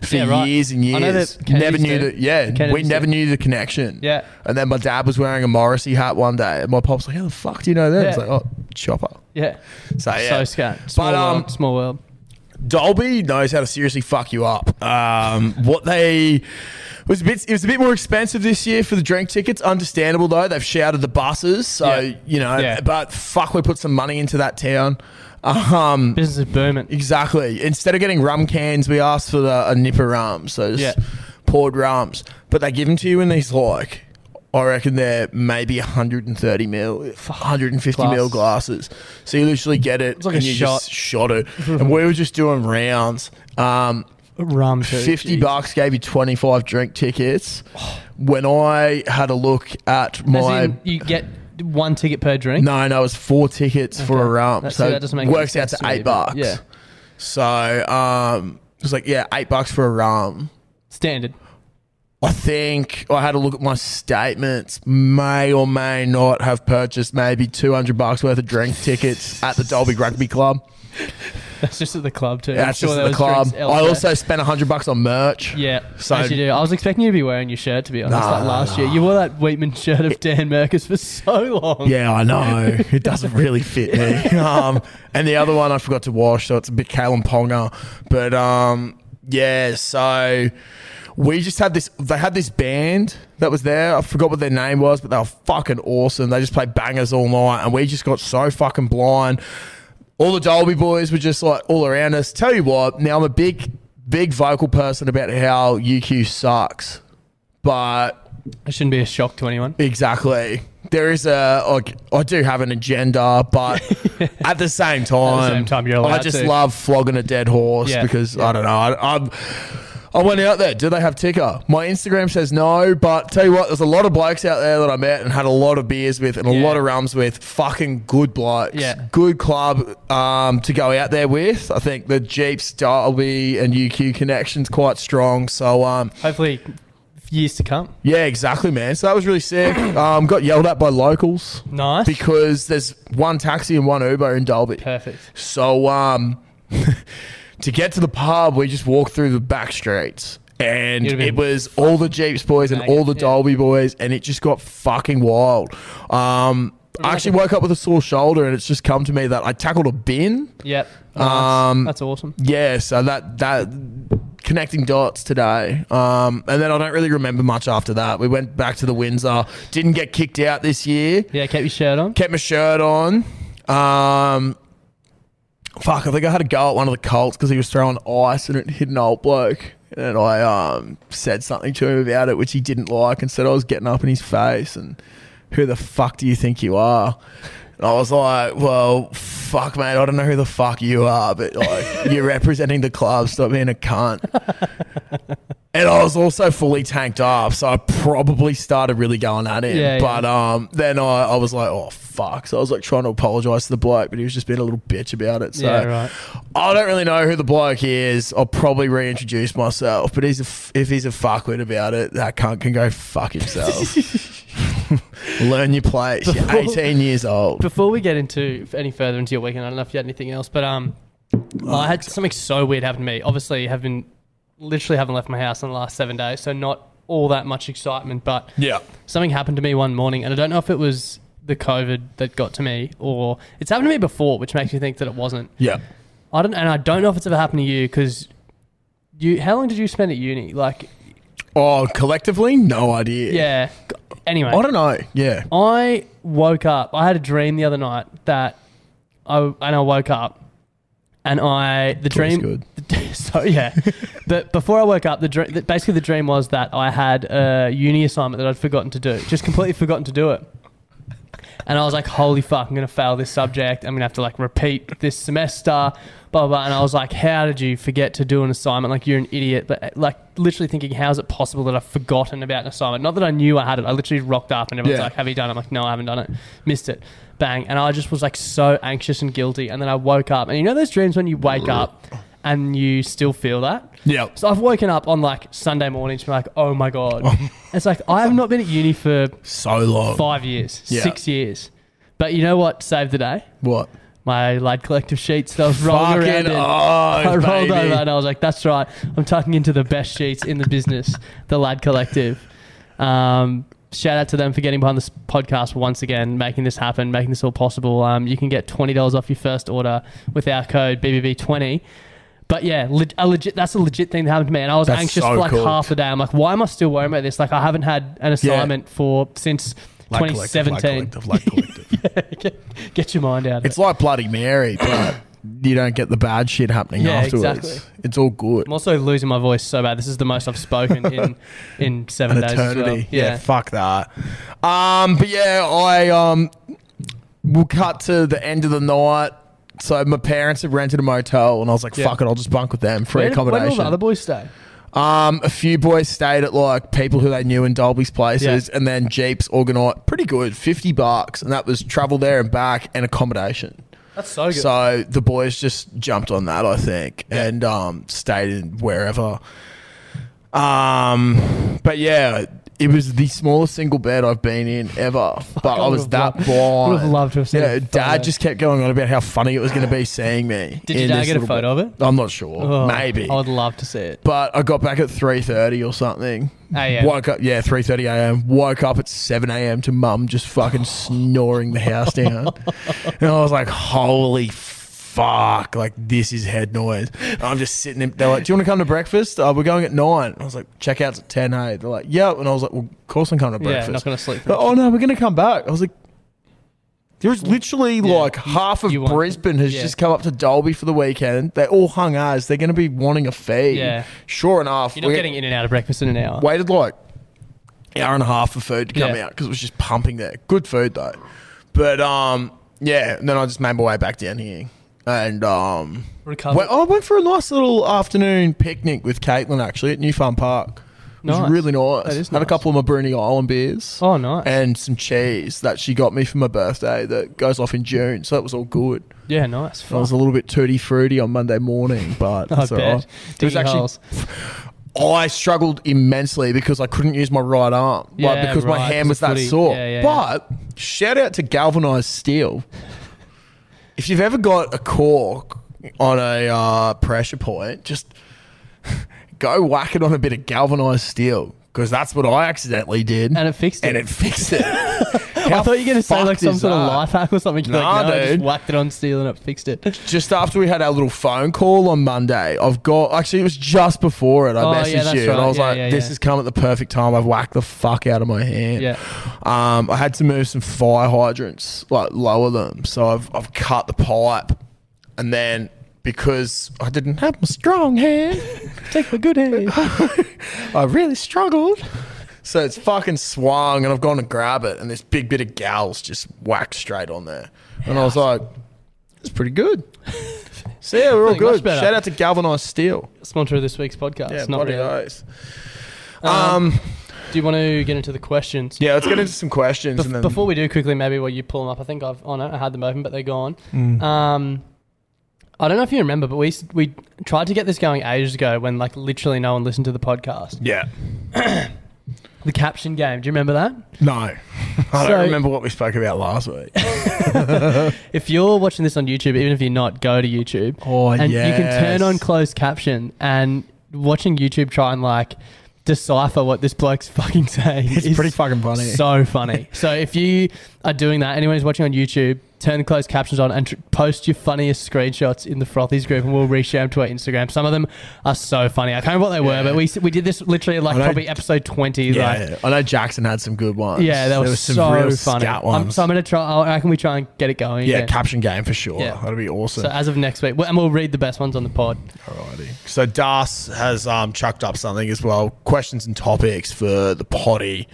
Speaker 2: for
Speaker 1: Yeah, right.
Speaker 2: years and
Speaker 1: I know
Speaker 2: years.
Speaker 1: that Kennedys
Speaker 2: Never knew
Speaker 1: do.
Speaker 2: that. Yeah, we
Speaker 1: Kennedys
Speaker 2: never
Speaker 1: do.
Speaker 2: knew the connection.
Speaker 1: Yeah.
Speaker 2: And then my dad was wearing a Morrissey hat one day, and my pop's like, "How the fuck do you know that?" It's
Speaker 1: Yeah.
Speaker 2: like, "Oh, Chopper."
Speaker 1: Yeah.
Speaker 2: So yeah,
Speaker 1: So scat. Small
Speaker 2: um,
Speaker 1: world. Small world.
Speaker 2: Dolby knows how to seriously fuck you up. Um, what they it was a bit it was a bit more expensive this year for the drink tickets. Understandable though, they've shouted the buses, so
Speaker 1: Yeah.
Speaker 2: you know.
Speaker 1: Yeah.
Speaker 2: But fuck, we put some money into that town. Um,
Speaker 1: Business is booming.
Speaker 2: exactly. Instead of getting rum cans, we asked for the, a nipper rum, so just
Speaker 1: Yeah.
Speaker 2: poured rums. But they give them to you in these like. I reckon they're maybe 130 mil, 150 mil
Speaker 1: Glass.
Speaker 2: glasses. So you literally get it,
Speaker 1: like a
Speaker 2: and you just
Speaker 1: shot.
Speaker 2: shot it. and we were just doing rounds. Um,
Speaker 1: Rum. too,
Speaker 2: 50
Speaker 1: jeez.
Speaker 2: bucks gave you 25 drink tickets. When I had a look at
Speaker 1: As
Speaker 2: my.
Speaker 1: in, you get one ticket per drink?
Speaker 2: No, no, it's four tickets for a rump.
Speaker 1: That- see,
Speaker 2: so
Speaker 1: that doesn't make
Speaker 2: works
Speaker 1: any
Speaker 2: out to
Speaker 1: sense to me,
Speaker 2: eight
Speaker 1: but-
Speaker 2: bucks.
Speaker 1: yeah.
Speaker 2: So um, it was like, yeah, eight bucks for a rum.
Speaker 1: Standard.
Speaker 2: I think I had a look at my statements. May or may not have purchased maybe two hundred bucks worth of drink tickets at the Dolby Rugby Club.
Speaker 1: That's just at the club too. I'm
Speaker 2: That's
Speaker 1: sure
Speaker 2: just
Speaker 1: there
Speaker 2: the
Speaker 1: was
Speaker 2: club.
Speaker 1: drinks
Speaker 2: I
Speaker 1: elsewhere.
Speaker 2: also spent hundred bucks on merch.
Speaker 1: Yeah,
Speaker 2: So-
Speaker 1: as you do. I was expecting you to be wearing your shirt, to be honest,
Speaker 2: Nah,
Speaker 1: like last year. You wore that Wheatman shirt of Dan Merkus for so long.
Speaker 2: Yeah, I know. It doesn't really fit me. Um, and the other one I forgot to wash, so it's a bit Kalen Ponga. But um, yeah, so we just had this. They had this band that was there. I forgot what their name was, but they were fucking awesome. They just played bangers all night, and we just got so fucking blind. All the Dolby boys were just like all around us. Tell you what, now I'm a big, big vocal person about how UQ sucks, but
Speaker 1: It shouldn't be a shock to anyone.
Speaker 2: Exactly. There is a like I do have an agenda, but at the same time,
Speaker 1: same time, you're
Speaker 2: I
Speaker 1: allowed
Speaker 2: just
Speaker 1: to.
Speaker 2: love flogging a dead horse
Speaker 1: Yeah.
Speaker 2: because I don't know. I, I'm, I went out there. Do they have ticker? My Instagram says no, but tell you what, there's a lot of blokes out there that I met and had a lot of beers with and a
Speaker 1: Yeah.
Speaker 2: lot of rums with. Fucking good blokes.
Speaker 1: Yeah.
Speaker 2: Good club um, to go out there with. I think the Jeeps, Derby, and UQ connections quite strong. So um,
Speaker 1: Hopefully, years to come.
Speaker 2: yeah, exactly, man. So that was really sick. Um, got yelled at by locals
Speaker 1: Nice.
Speaker 2: because there's one taxi and one Uber in Dalby.
Speaker 1: Perfect.
Speaker 2: So um, to get to the pub, we just walked through the back streets. And
Speaker 1: You'd have been
Speaker 2: it was all the Jeeps boys and
Speaker 1: Maggot,
Speaker 2: all the
Speaker 1: yeah.
Speaker 2: Dolby boys, and it just got fucking wild. Um, I actually woke up with a sore shoulder, and it's just come to me that I tackled a bin.
Speaker 1: Yep. Nice.
Speaker 2: Um,
Speaker 1: That's awesome.
Speaker 2: Yeah, so uh, that that connecting dots today. Um, and then I don't really remember much after that. We went back to the Windsor. Didn't get kicked out this year.
Speaker 1: Yeah, keep your shirt on.
Speaker 2: Kept my shirt on. Um, fuck, I think I had a go at one of the Colts because he was throwing ice and it hit an old bloke. And I um, said something to him about it, which he didn't like, and said I was getting up in his face. And who the fuck do you think you are? And I was like, well, fuck, mate, I don't know who the fuck you are, but like, you're representing the club. Stop being a cunt. And I was also fully tanked up, so I probably started really going at him.
Speaker 1: Yeah,
Speaker 2: but um, then I, I was like, oh fuck! So I was like trying to apologize to the bloke, but he was just being a little bitch about it. So
Speaker 1: Yeah, right.
Speaker 2: I don't really know who the bloke is. I'll probably reintroduce myself, but he's a f- if he's a fuckwit about it, that cunt can go fuck himself. Learn your place. You're 18 years old.
Speaker 1: Before we get into any further into your weekend, I don't know if you had anything else, but um, I had something so weird happen to me. Obviously, have been literally haven't left my house in the last seven days, so not all that much excitement. But
Speaker 2: Yeah.
Speaker 1: something happened to me one morning, and I don't know if it was the COVID that got to me, or it's happened to me before, which makes me think that it wasn't.
Speaker 2: Yeah.
Speaker 1: I don't, and I don't know if it's ever happened to you because you. How long did you spend at uni? Like,
Speaker 2: Oh, collectively, no idea.
Speaker 1: yeah. Anyway,
Speaker 2: I don't know. Yeah.
Speaker 1: I woke up. I had a dream the other night that I and I woke up and I the dream.
Speaker 2: good.
Speaker 1: so yeah, but before I woke up, the dream basically the dream was that I had a uni assignment that I'd forgotten to do, just completely forgotten to do it. And I was like, holy fuck, I'm going to fail this subject. I'm going to have to like repeat this semester, blah, blah, blah. And I was like, how did you forget to do an assignment? Like, you're an idiot. But uh, like, literally thinking, how is it possible that I've forgotten about an assignment? Not that I knew I had it. I literally rocked up and everyone's
Speaker 2: Yeah.
Speaker 1: like, have you done it? I'm like, no, I haven't done it. Missed it. Bang. And I just was like so anxious and guilty. And then I woke up. And you know those dreams when you wake up and you still feel that?
Speaker 2: Yeah.
Speaker 1: So I've woken up on like Sunday morning to be like, oh my God. it's like, I have not been at uni for
Speaker 2: So long.
Speaker 1: five years,
Speaker 2: Yeah.
Speaker 1: six years. But you know what saved the day?
Speaker 2: What?
Speaker 1: My lad collective sheets that I was rolling around
Speaker 2: Fucking
Speaker 1: in.
Speaker 2: oh,
Speaker 1: I rolled
Speaker 2: baby.
Speaker 1: over and I was like, "That's right, I'm tucking into the best sheets in the business, the Lad Collective." Um, shout out to them for getting behind this podcast once again, making this happen, making this all possible. Um, you can get twenty dollars off your first order with our code BBB20. But yeah, leg- a legit. That's a legit thing that happened to me, and I was
Speaker 2: That's
Speaker 1: anxious
Speaker 2: so
Speaker 1: for like
Speaker 2: cool.
Speaker 1: half the day. I'm like, why am I still worrying about this? Like, I haven't had an assignment for since
Speaker 2: Like collective,
Speaker 1: 2017.
Speaker 2: like collective, like collective.
Speaker 1: get, get your mind out of
Speaker 2: It's
Speaker 1: it.
Speaker 2: like Bloody Mary, but you don't get the bad shit happening
Speaker 1: Yeah,
Speaker 2: afterwards.
Speaker 1: exactly.
Speaker 2: It's all good.
Speaker 1: I'm also losing my voice so bad. This is the most I've spoken in in seven
Speaker 2: An
Speaker 1: days. as well.
Speaker 2: eternity. Yeah.
Speaker 1: Yeah.
Speaker 2: fuck that. Um, but yeah, I um, we'll cut to the end of the night. So my parents had rented a motel, and I was like,
Speaker 1: Yeah.
Speaker 2: "Fuck it, I'll just bunk with them, free
Speaker 1: Where did- where did all
Speaker 2: accommodation."
Speaker 1: the other boys stay?
Speaker 2: Um, a few boys stayed at like people who they knew in Dolby's places,
Speaker 1: Yeah.
Speaker 2: and then Jeeps organized pretty good, fifty bucks, and that was travel there and back and accommodation.
Speaker 1: That's so good.
Speaker 2: So the boys just jumped on that, I think, and um, stayed in wherever. Um, but yeah, it was the smallest single bed I've been in ever. but I,
Speaker 1: I
Speaker 2: was
Speaker 1: would've
Speaker 2: that
Speaker 1: loved-
Speaker 2: blind.
Speaker 1: would've loved to have seen
Speaker 2: Yeah,
Speaker 1: a
Speaker 2: Dad
Speaker 1: photo.
Speaker 2: just kept going on about how funny it was going to be seeing me.
Speaker 1: Did your
Speaker 2: in
Speaker 1: dad
Speaker 2: this
Speaker 1: get a
Speaker 2: little
Speaker 1: photo
Speaker 2: bed.
Speaker 1: of it?
Speaker 2: I'm not sure.
Speaker 1: Oh,
Speaker 2: Maybe.
Speaker 1: I would love to see it.
Speaker 2: But I got back at three thirty or something.
Speaker 1: AM.
Speaker 2: Woke up, yeah, three thirty a.m. Woke up at seven a.m. to mum just fucking snoring the house down, and I was like, "Holy fuck! Like this is head noise." And I'm just sitting. In, they're like, "Do you want to come to breakfast? Uh, we're going at 9. I was like, "Checkouts at ten, hey?" They're like, "Yep," and I was like, "Well, of course I'm coming to
Speaker 1: Yeah,
Speaker 2: breakfast."
Speaker 1: not gonna sleep for
Speaker 2: They're like, oh no, we're gonna come back. I was like. There's literally like half of
Speaker 1: you want-
Speaker 2: Brisbane has
Speaker 1: yeah.
Speaker 2: just come up to Dolby for the weekend. They all hung ours. They're going to be wanting a feed.
Speaker 1: Yeah.
Speaker 2: Sure enough,
Speaker 1: You're not
Speaker 2: we
Speaker 1: getting in and out of breakfast in an hour.
Speaker 2: waited like an hour and a half for food to come
Speaker 1: Yeah.
Speaker 2: out because it was just pumping there. Good food though, but um, yeah. And then I just made my way back down here and um,
Speaker 1: Recovered.
Speaker 2: went- I went for a nice little afternoon picnic with Caitlin actually at New Farm Park. It was
Speaker 1: Nice.
Speaker 2: really nice.
Speaker 1: That is
Speaker 2: Had a
Speaker 1: nice.
Speaker 2: couple of my Bruni Island beers.
Speaker 1: Oh, nice.
Speaker 2: And some cheese that she got me for my birthday that goes off in June, so that was all good.
Speaker 1: yeah, nice.
Speaker 2: I was a little bit tutti fruity on Monday morning, but
Speaker 1: I
Speaker 2: it's all
Speaker 1: bet.
Speaker 2: right. It was
Speaker 1: Digging
Speaker 2: actually
Speaker 1: holes.
Speaker 2: I struggled immensely because I couldn't use my right arm, like
Speaker 1: Yeah,
Speaker 2: because my
Speaker 1: right,
Speaker 2: hand was
Speaker 1: 'cause
Speaker 2: that
Speaker 1: of footy.
Speaker 2: sore.
Speaker 1: Yeah, yeah, yeah.
Speaker 2: but shout out to galvanized steel. if you've ever got a cork on a uh, pressure point, just go whack it on a bit of galvanized steel because that's what I accidentally did,
Speaker 1: And it fixed
Speaker 2: And
Speaker 1: it.
Speaker 2: it fixed it.
Speaker 1: I thought you were going to say like some sort of life hack or something. You're
Speaker 2: Nah,
Speaker 1: like, no, I
Speaker 2: dude.
Speaker 1: just whacked it on steel and it fixed it.
Speaker 2: just after we had our little phone call on Monday, I've got actually it was just before it. I
Speaker 1: Oh, yeah,
Speaker 2: messaged
Speaker 1: that's
Speaker 2: you and I
Speaker 1: right.
Speaker 2: was
Speaker 1: Yeah,
Speaker 2: like,
Speaker 1: yeah,
Speaker 2: "This
Speaker 1: yeah.
Speaker 2: has come at the perfect time. I've whacked the fuck out of my hand."
Speaker 1: Yeah.
Speaker 2: Um, I had to move some fire hydrants, like lower them, so I've I've cut the pipe, and then because I didn't have my strong hand,
Speaker 1: Take my good hand.
Speaker 2: I really struggled. So it's fucking swung, and I've gone to grab it, and this big bit of gals just whacked straight on there, and I was like, "It's pretty good." So yeah, we're all
Speaker 1: Feeling much
Speaker 2: good.
Speaker 1: better.
Speaker 2: Shout out to Galvanized Steel.
Speaker 1: Sponsor of this week's podcast.
Speaker 2: Yeah,
Speaker 1: not Um,
Speaker 2: bloody
Speaker 1: really.
Speaker 2: oath. Um,
Speaker 1: Do you want to get into the questions?
Speaker 2: Yeah, let's get into some questions, and then
Speaker 1: Before we do quickly, maybe while you pull them up, I think I've oh no, I had them open, but they're gone. Um, I don't know if you remember, but we we tried to get this going ages ago when like literally no one listened to the podcast.
Speaker 2: yeah,
Speaker 1: The caption game. Do you remember that?
Speaker 2: no, I
Speaker 1: So-
Speaker 2: don't remember what we spoke about last week.
Speaker 1: If you're watching this on YouTube, even if you're not, go to YouTube.
Speaker 2: Oh,
Speaker 1: and you
Speaker 2: yes.
Speaker 1: can turn on closed caption and watching YouTube try and like decipher what this bloke's fucking saying.
Speaker 2: It's
Speaker 1: is
Speaker 2: pretty fucking funny.
Speaker 1: So funny. so if you are doing that, anyone who's watching on YouTube, turn the closed captions on and tr- post your funniest screenshots in the Frothies group, and we'll reshare them to our Instagram. Some of them are so funny. I can't remember what they were, but we s- we did this literally like
Speaker 2: know-
Speaker 1: probably episode twenty. like,
Speaker 2: yeah, I know Jackson had some good ones.
Speaker 1: yeah, that
Speaker 2: there
Speaker 1: was,
Speaker 2: some
Speaker 1: so
Speaker 2: real
Speaker 1: funny.
Speaker 2: scat
Speaker 1: I'm,
Speaker 2: ones.
Speaker 1: so I'm gonna try. I'll- I can we try and get it going?
Speaker 2: yeah,
Speaker 1: again.
Speaker 2: caption game for sure.
Speaker 1: Yeah.
Speaker 2: That'd be awesome.
Speaker 1: So as of next week, and we'll read the best ones on the pod.
Speaker 2: Alrighty. So Das has um, chucked up something as well. Questions and topics for the potty.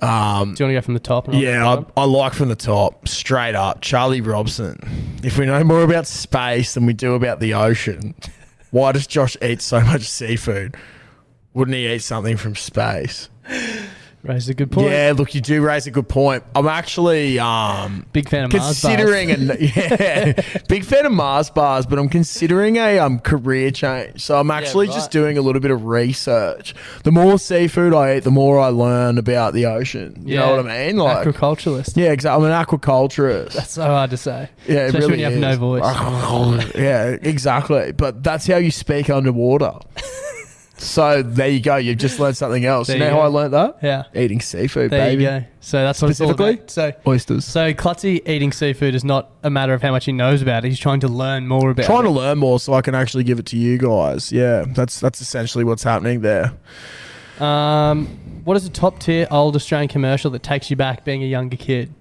Speaker 1: Do you want to go from the top? and I'll go
Speaker 2: Um, Yeah,
Speaker 1: bottom?
Speaker 2: I, I like from the top, straight up, Charlie Robson. If we know more about space than we do about the ocean, why does Josh eat so much seafood? Wouldn't he eat something from space?
Speaker 1: raised a good point.
Speaker 2: Yeah, look, you do raise a good point. I'm actually um,
Speaker 1: Big fan of Mars bars.
Speaker 2: considering a yeah, big fan of Mars bars, but I'm considering a um career change. So I'm actually
Speaker 1: right.
Speaker 2: just doing a little bit of research. The more seafood I eat, the more I learn about the ocean. You know what I mean? Like,
Speaker 1: agriculturalist.
Speaker 2: yeah, exactly. I'm an aquaculturist.
Speaker 1: That's so hard to say.
Speaker 2: Yeah, it
Speaker 1: especially
Speaker 2: really
Speaker 1: when you have
Speaker 2: is. Ah,
Speaker 1: no voice.
Speaker 2: yeah, exactly. But that's how you speak underwater. so there you go. You've just learned something else.
Speaker 1: There
Speaker 2: you know
Speaker 1: you
Speaker 2: how
Speaker 1: go.
Speaker 2: I learned that?
Speaker 1: Yeah.
Speaker 2: Eating seafood,
Speaker 1: There
Speaker 2: baby.
Speaker 1: you go. So that's what
Speaker 2: Specifically?
Speaker 1: It's all about. So
Speaker 2: Oysters.
Speaker 1: So Klutzy eating seafood is not a matter of how much he knows about it. He's trying to learn more about
Speaker 2: trying
Speaker 1: it.
Speaker 2: to learn more so I can actually give it to you guys. Yeah, that's that's essentially what's happening there.
Speaker 1: um, what is a top tier old Australian commercial that takes you back being a younger kid?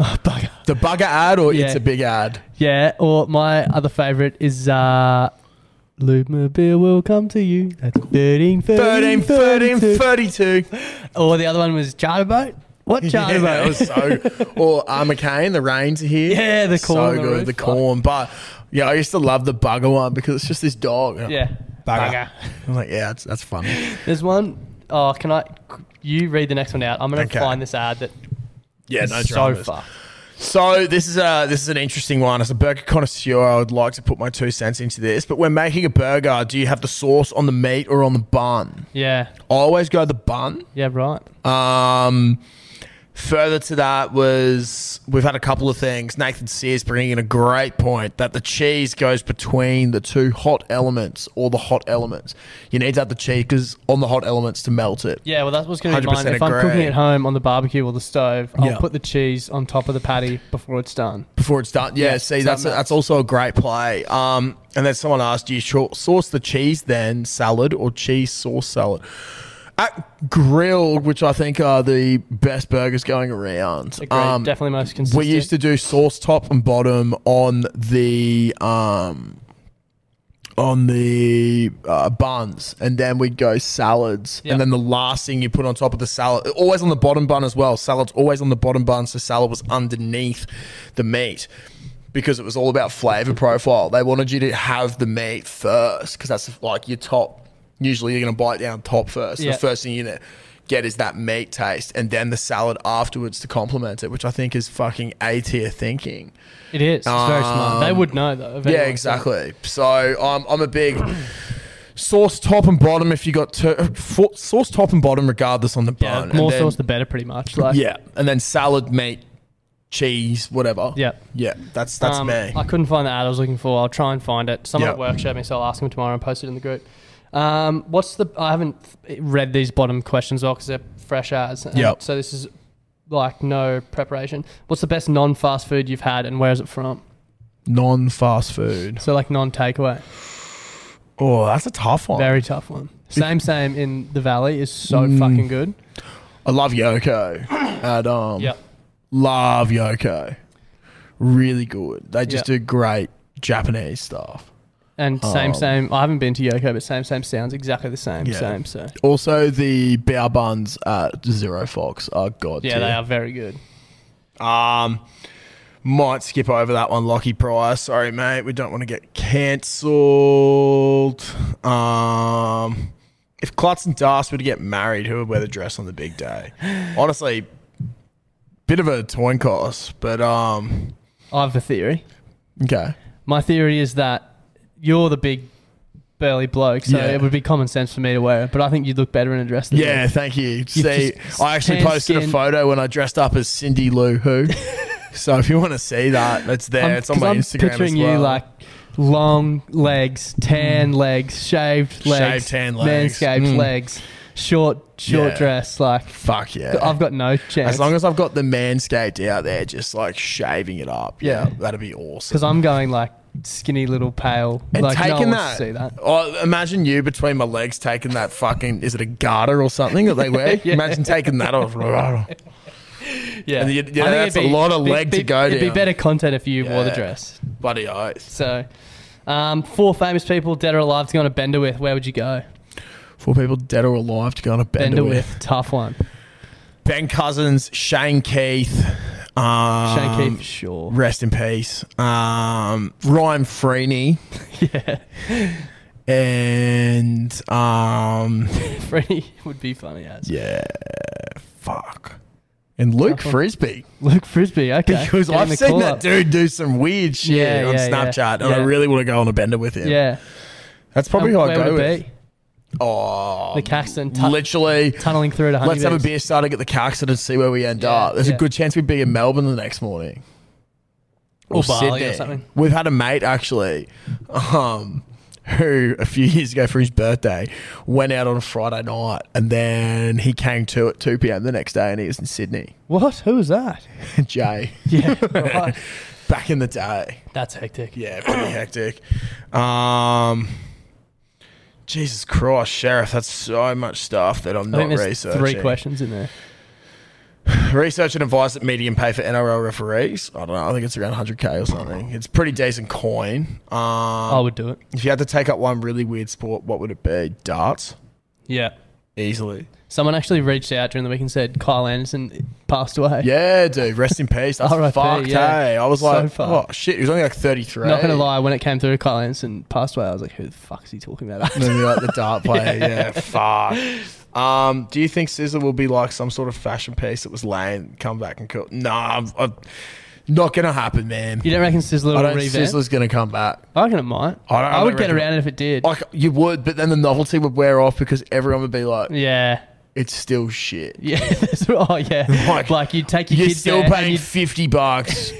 Speaker 1: Oh,
Speaker 2: Bugger.
Speaker 1: Bugger.
Speaker 2: The bugger ad or
Speaker 1: Yeah.
Speaker 2: it's a big ad?
Speaker 1: Yeah. Or my other favorite is uh, Lubmobile will come to you. That's 13,
Speaker 2: 13,
Speaker 1: 13,
Speaker 2: 13,
Speaker 1: 32.
Speaker 2: 32.
Speaker 1: Or the other one was charter boat. What charter
Speaker 2: Yeah, that
Speaker 1: boat?
Speaker 2: was so. Or uh, McCain, the rains are here.
Speaker 1: Yeah, the corn on
Speaker 2: So
Speaker 1: the
Speaker 2: good,
Speaker 1: roof.
Speaker 2: the corn. But yeah, I used to love the bugger one because it's just this dog.
Speaker 1: yeah.
Speaker 5: bugger. I'm like, yeah, that's, that's funny.
Speaker 1: There's one. Oh, can I? You read the next one out. I'm gonna
Speaker 5: Okay.
Speaker 1: find this ad that.
Speaker 2: Yeah,
Speaker 1: is
Speaker 2: no
Speaker 1: so
Speaker 2: dramas.
Speaker 1: fucked.
Speaker 2: So this is a this is an interesting one. As a burger connoisseur, I would like to put my two cents into this. But when making a burger, do you have the sauce on the meat or on the bun?
Speaker 1: Yeah.
Speaker 2: I always go the bun.
Speaker 1: Yeah. Right.
Speaker 2: Um, further to that was we've had a couple of things. Nathan Sears bringing in a great point that the cheese goes between the two hot elements or the hot elements. You need to have the cheese 'cause on the hot elements to melt it.
Speaker 1: Yeah, well, that was going to be
Speaker 2: 100%
Speaker 1: mine. If I'm cooking
Speaker 2: agree.
Speaker 1: at home on the barbecue or the stove, I'll
Speaker 2: Yeah.
Speaker 1: put the cheese on top of the patty before it's done.
Speaker 2: before it's done. Yeah,
Speaker 1: Yeah,
Speaker 2: see,
Speaker 1: so
Speaker 2: that's
Speaker 1: that
Speaker 2: that's also a great play. Um, and then someone asked, do you short sauce the cheese then salad or cheese sauce salad? At grilled, which I think are the best burgers going around.
Speaker 1: Agreed.
Speaker 2: Um,
Speaker 1: Definitely most consistent.
Speaker 2: we used to do sauce top and bottom on the um, on the uh, buns, and then we'd go salads,
Speaker 1: Yeah.
Speaker 2: and then the last thing you put on top of the salad, always on the bottom bun as well. Salad's always on the bottom bun, so salad was underneath the meat because it was all about flavor profile. They wanted you to have the meat first because that's like your top. Usually, you're gonna bite down top first.
Speaker 1: Yeah.
Speaker 2: The first thing you're gonna get is that meat taste, and then the salad afterwards to complement it, which I think is fucking a tier thinking.
Speaker 1: It is. It's very smart. They would know though. if
Speaker 2: Um, Yeah,
Speaker 1: anyone's done it.
Speaker 2: exactly. So I'm I'm a big sauce top and bottom. If you got two, for, sauce top and bottom, regardless on the
Speaker 1: Yeah,
Speaker 2: bun.
Speaker 1: more
Speaker 2: and then-
Speaker 1: sauce the better, pretty much. Like,
Speaker 2: yeah, and then salad, meat, cheese, whatever.
Speaker 1: Yeah.
Speaker 2: yeah. That's that's
Speaker 1: um,
Speaker 2: me.
Speaker 1: I couldn't find the ad I was looking for. I'll try and find it. Someone
Speaker 2: Yeah.
Speaker 1: at work showed me, so I'll ask them tomorrow and post it in the group. Um, what's the? I haven't read these bottom questions all because they're fresh ads. and
Speaker 2: Yep.
Speaker 1: So this is like no preparation. What's the best non-fast food you've had, and where is it from?
Speaker 2: Non fast food.
Speaker 1: So like non-takeaway.
Speaker 2: Oh, that's a tough one.
Speaker 1: Very tough one. Same, same in the valley is so
Speaker 2: Mm.
Speaker 1: fucking good.
Speaker 2: I love Yoko. And um,
Speaker 1: Yeah.
Speaker 2: love Yoko. Really good. They just
Speaker 1: Yeah.
Speaker 2: do great Japanese stuff.
Speaker 1: And same,
Speaker 2: Um,
Speaker 1: same. I haven't been to Yoko, but same, same sounds exactly the same.
Speaker 2: Yeah.
Speaker 1: Same, so
Speaker 2: Also, the beer buns at Zero Fox are god.
Speaker 1: yeah, they are very good.
Speaker 2: Um, might skip over that one, Lockie Pryor. Sorry, mate. We don't want to get cancelled. Um, if Klutz and Dast were to get married, who would wear the dress on the big day? Honestly, bit of a toin cost, but um,
Speaker 1: I have a theory.
Speaker 2: okay.
Speaker 1: My theory is that you're the big burly bloke, so
Speaker 2: Yeah.
Speaker 1: it would be common sense for me to wear it. But I think you'd look better in a dress. Than
Speaker 2: Yeah,
Speaker 1: me.
Speaker 2: thank you. See,
Speaker 1: just
Speaker 2: I actually
Speaker 1: tan
Speaker 2: posted a
Speaker 1: skin.
Speaker 2: photo when I dressed up as Cindy Lou Who. so if you want to see that, it's there.
Speaker 1: I'm,
Speaker 2: it's on
Speaker 1: 'cause
Speaker 2: my
Speaker 1: I'm
Speaker 2: Instagram.
Speaker 1: picturing
Speaker 2: as well. Mm.
Speaker 1: you like long legs, tan legs, shaved legs,
Speaker 2: tan legs.
Speaker 1: manscaped
Speaker 2: Mm.
Speaker 1: legs, short short
Speaker 2: Yeah.
Speaker 1: dress. Like
Speaker 2: fuck yeah.
Speaker 1: I've got no chance.
Speaker 2: As long as I've got the manscaped out there, just like shaving it up. Yeah, that'd be awesome.
Speaker 1: because I'm going like skinny little pale.
Speaker 2: And
Speaker 1: like no
Speaker 2: taking
Speaker 1: one
Speaker 2: that,
Speaker 1: wants to see that.
Speaker 2: Oh, imagine you between my legs taking that fucking is it a garter or something that they wear?
Speaker 1: Yeah.
Speaker 2: Imagine taking that off.
Speaker 1: Yeah,
Speaker 2: And you- yeah,
Speaker 1: I think it'd
Speaker 2: that's a lot of
Speaker 1: be-
Speaker 2: leg to
Speaker 1: be-
Speaker 2: go
Speaker 1: It'd be
Speaker 2: down.
Speaker 1: better content if you wore the
Speaker 2: Yeah.
Speaker 1: dress.
Speaker 2: Bloody oath.
Speaker 1: So, um, four famous people, dead or alive, to go on a bender with. Where would you go?
Speaker 2: Four people dead or alive to go on a bender,
Speaker 1: Bender
Speaker 2: with.
Speaker 1: with, tough one.
Speaker 2: Ben Cousins, Shane Keith. Um,
Speaker 1: Shane Keith, for sure.
Speaker 2: Rest in peace. Um, Ryan Freeney. yeah. And um,
Speaker 1: Freddie would be funny as.
Speaker 2: Yeah, fuck. And Luke
Speaker 1: Tough one.
Speaker 2: Frisbee.
Speaker 1: Luke Frisbee, okay.
Speaker 2: Because
Speaker 1: Get in
Speaker 2: I've
Speaker 1: the
Speaker 2: seen
Speaker 1: call
Speaker 2: that
Speaker 1: up.
Speaker 2: dude do some weird shit
Speaker 1: Yeah,
Speaker 2: on
Speaker 1: yeah, yeah.
Speaker 2: Snapchat, and I
Speaker 1: Yeah.
Speaker 2: really want to go on a bender with him.
Speaker 1: Yeah. Um,
Speaker 2: That's probably how I
Speaker 1: Where
Speaker 2: go
Speaker 1: would it
Speaker 2: with.
Speaker 1: be?
Speaker 2: Oh,
Speaker 1: The Caxton. Tu-
Speaker 2: literally.
Speaker 1: tunneling through to honey
Speaker 2: Let's have a
Speaker 1: bees.
Speaker 2: beer starting at the Caxton and see where we end
Speaker 1: Yeah,
Speaker 2: up. There's
Speaker 1: yeah.
Speaker 2: a good chance we'd be in Melbourne the next morning.
Speaker 1: Or Bali or something.
Speaker 2: We've had a mate actually, um, who a few years ago for his birthday went out on a Friday night and then he came to at 2 p.m. the next day and he was in Sydney.
Speaker 1: What? Who was that?
Speaker 2: Jay.
Speaker 1: Yeah. right.
Speaker 2: Back in the day.
Speaker 1: That's hectic.
Speaker 2: Yeah, pretty hectic. Um Jesus Christ, Sheriff, that's so much stuff that I'm
Speaker 1: I
Speaker 2: not
Speaker 1: think there's
Speaker 2: researching.
Speaker 1: three questions in there.
Speaker 2: Research and advice that medium pay for NRL referees. I don't know. I think it's around 100k or something. It's pretty decent coin. Um,
Speaker 1: I would do it.
Speaker 2: If you had to take up one really weird sport, what would it be? Darts,
Speaker 1: Yeah.
Speaker 2: easily.
Speaker 1: Someone actually reached out during the week and said Kyle Anderson passed away.
Speaker 2: Yeah, dude. Rest in peace. That's
Speaker 1: RIP,
Speaker 2: fucked,
Speaker 1: yeah.
Speaker 2: hey. I was
Speaker 1: So
Speaker 2: like,
Speaker 1: fucked.
Speaker 2: oh, shit. He was only like 33.
Speaker 1: Not gonna lie, when it came through, Kyle Anderson passed away. I was like, "Who the fuck is he talking about?"
Speaker 2: And then like the dart player. yeah. fuck. Um, do you think Scissor will be like some sort of fashion piece that was lame, come back and cool? Nah, I'm, I'm not gonna happen, man.
Speaker 1: You don't reckon Sizzler
Speaker 2: I
Speaker 1: will
Speaker 2: don't.
Speaker 1: revamp?
Speaker 2: Sizzler's gonna come back.
Speaker 1: I reckon it might.
Speaker 2: I don't- I
Speaker 1: would
Speaker 2: don't
Speaker 1: get
Speaker 2: reckon
Speaker 1: around
Speaker 2: it-
Speaker 1: it if it did.
Speaker 2: Like you would, but then the novelty would wear off because everyone would be like,
Speaker 1: yeah.
Speaker 2: "It's still shit."
Speaker 1: Yeah. that's- oh, yeah. Like,
Speaker 2: Like,
Speaker 1: you take your
Speaker 2: You're
Speaker 1: kids
Speaker 2: still
Speaker 1: there and
Speaker 2: paying
Speaker 1: you-
Speaker 2: fifty bucks.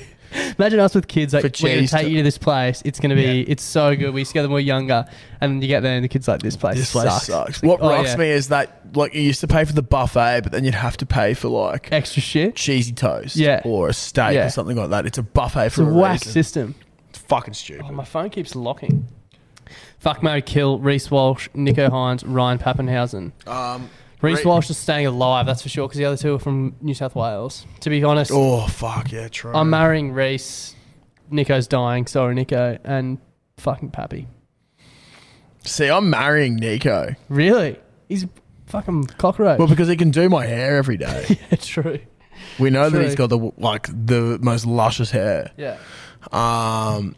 Speaker 1: Imagine us with kids. Like,
Speaker 2: For
Speaker 1: we're going
Speaker 2: cheese
Speaker 1: to take
Speaker 2: to-
Speaker 1: you to this place. It's going to be, it's so good. We used to go when we were younger. And then you get there and the kid's like, this place
Speaker 2: this place
Speaker 1: sucks.
Speaker 2: sucks. What
Speaker 1: Oh,
Speaker 2: rocks
Speaker 1: yeah.
Speaker 2: me is that like you used to pay for the buffet, but then you'd have to pay for like
Speaker 1: Extra shit.
Speaker 2: cheesy toast,
Speaker 1: Yeah.
Speaker 2: or a steak
Speaker 1: Yeah.
Speaker 2: or something like that. It's a buffet
Speaker 1: It's
Speaker 2: for
Speaker 1: a
Speaker 2: a,
Speaker 1: whack
Speaker 2: reason.
Speaker 1: system.
Speaker 2: It's fucking stupid.
Speaker 1: Oh, my phone keeps locking. Fuck, Mary Kill, Reese Walsh, Nico Hines, Ryan Pappenhausen.
Speaker 2: um,
Speaker 1: Reese
Speaker 2: Re-
Speaker 1: Walsh is staying alive, that's for sure, because the other two are from New South Wales. To be honest,
Speaker 2: oh fuck yeah, true.
Speaker 1: I'm marrying Reese. Nico's dying. Sorry, Nico. And fucking Pappy.
Speaker 2: See, I'm marrying Nico.
Speaker 1: Really? He's a fucking cockroach.
Speaker 2: Well, because he can do my hair every day.
Speaker 1: yeah, true.
Speaker 2: We know that he's
Speaker 1: True.
Speaker 2: got the like the most luscious hair.
Speaker 1: Yeah.
Speaker 2: Um,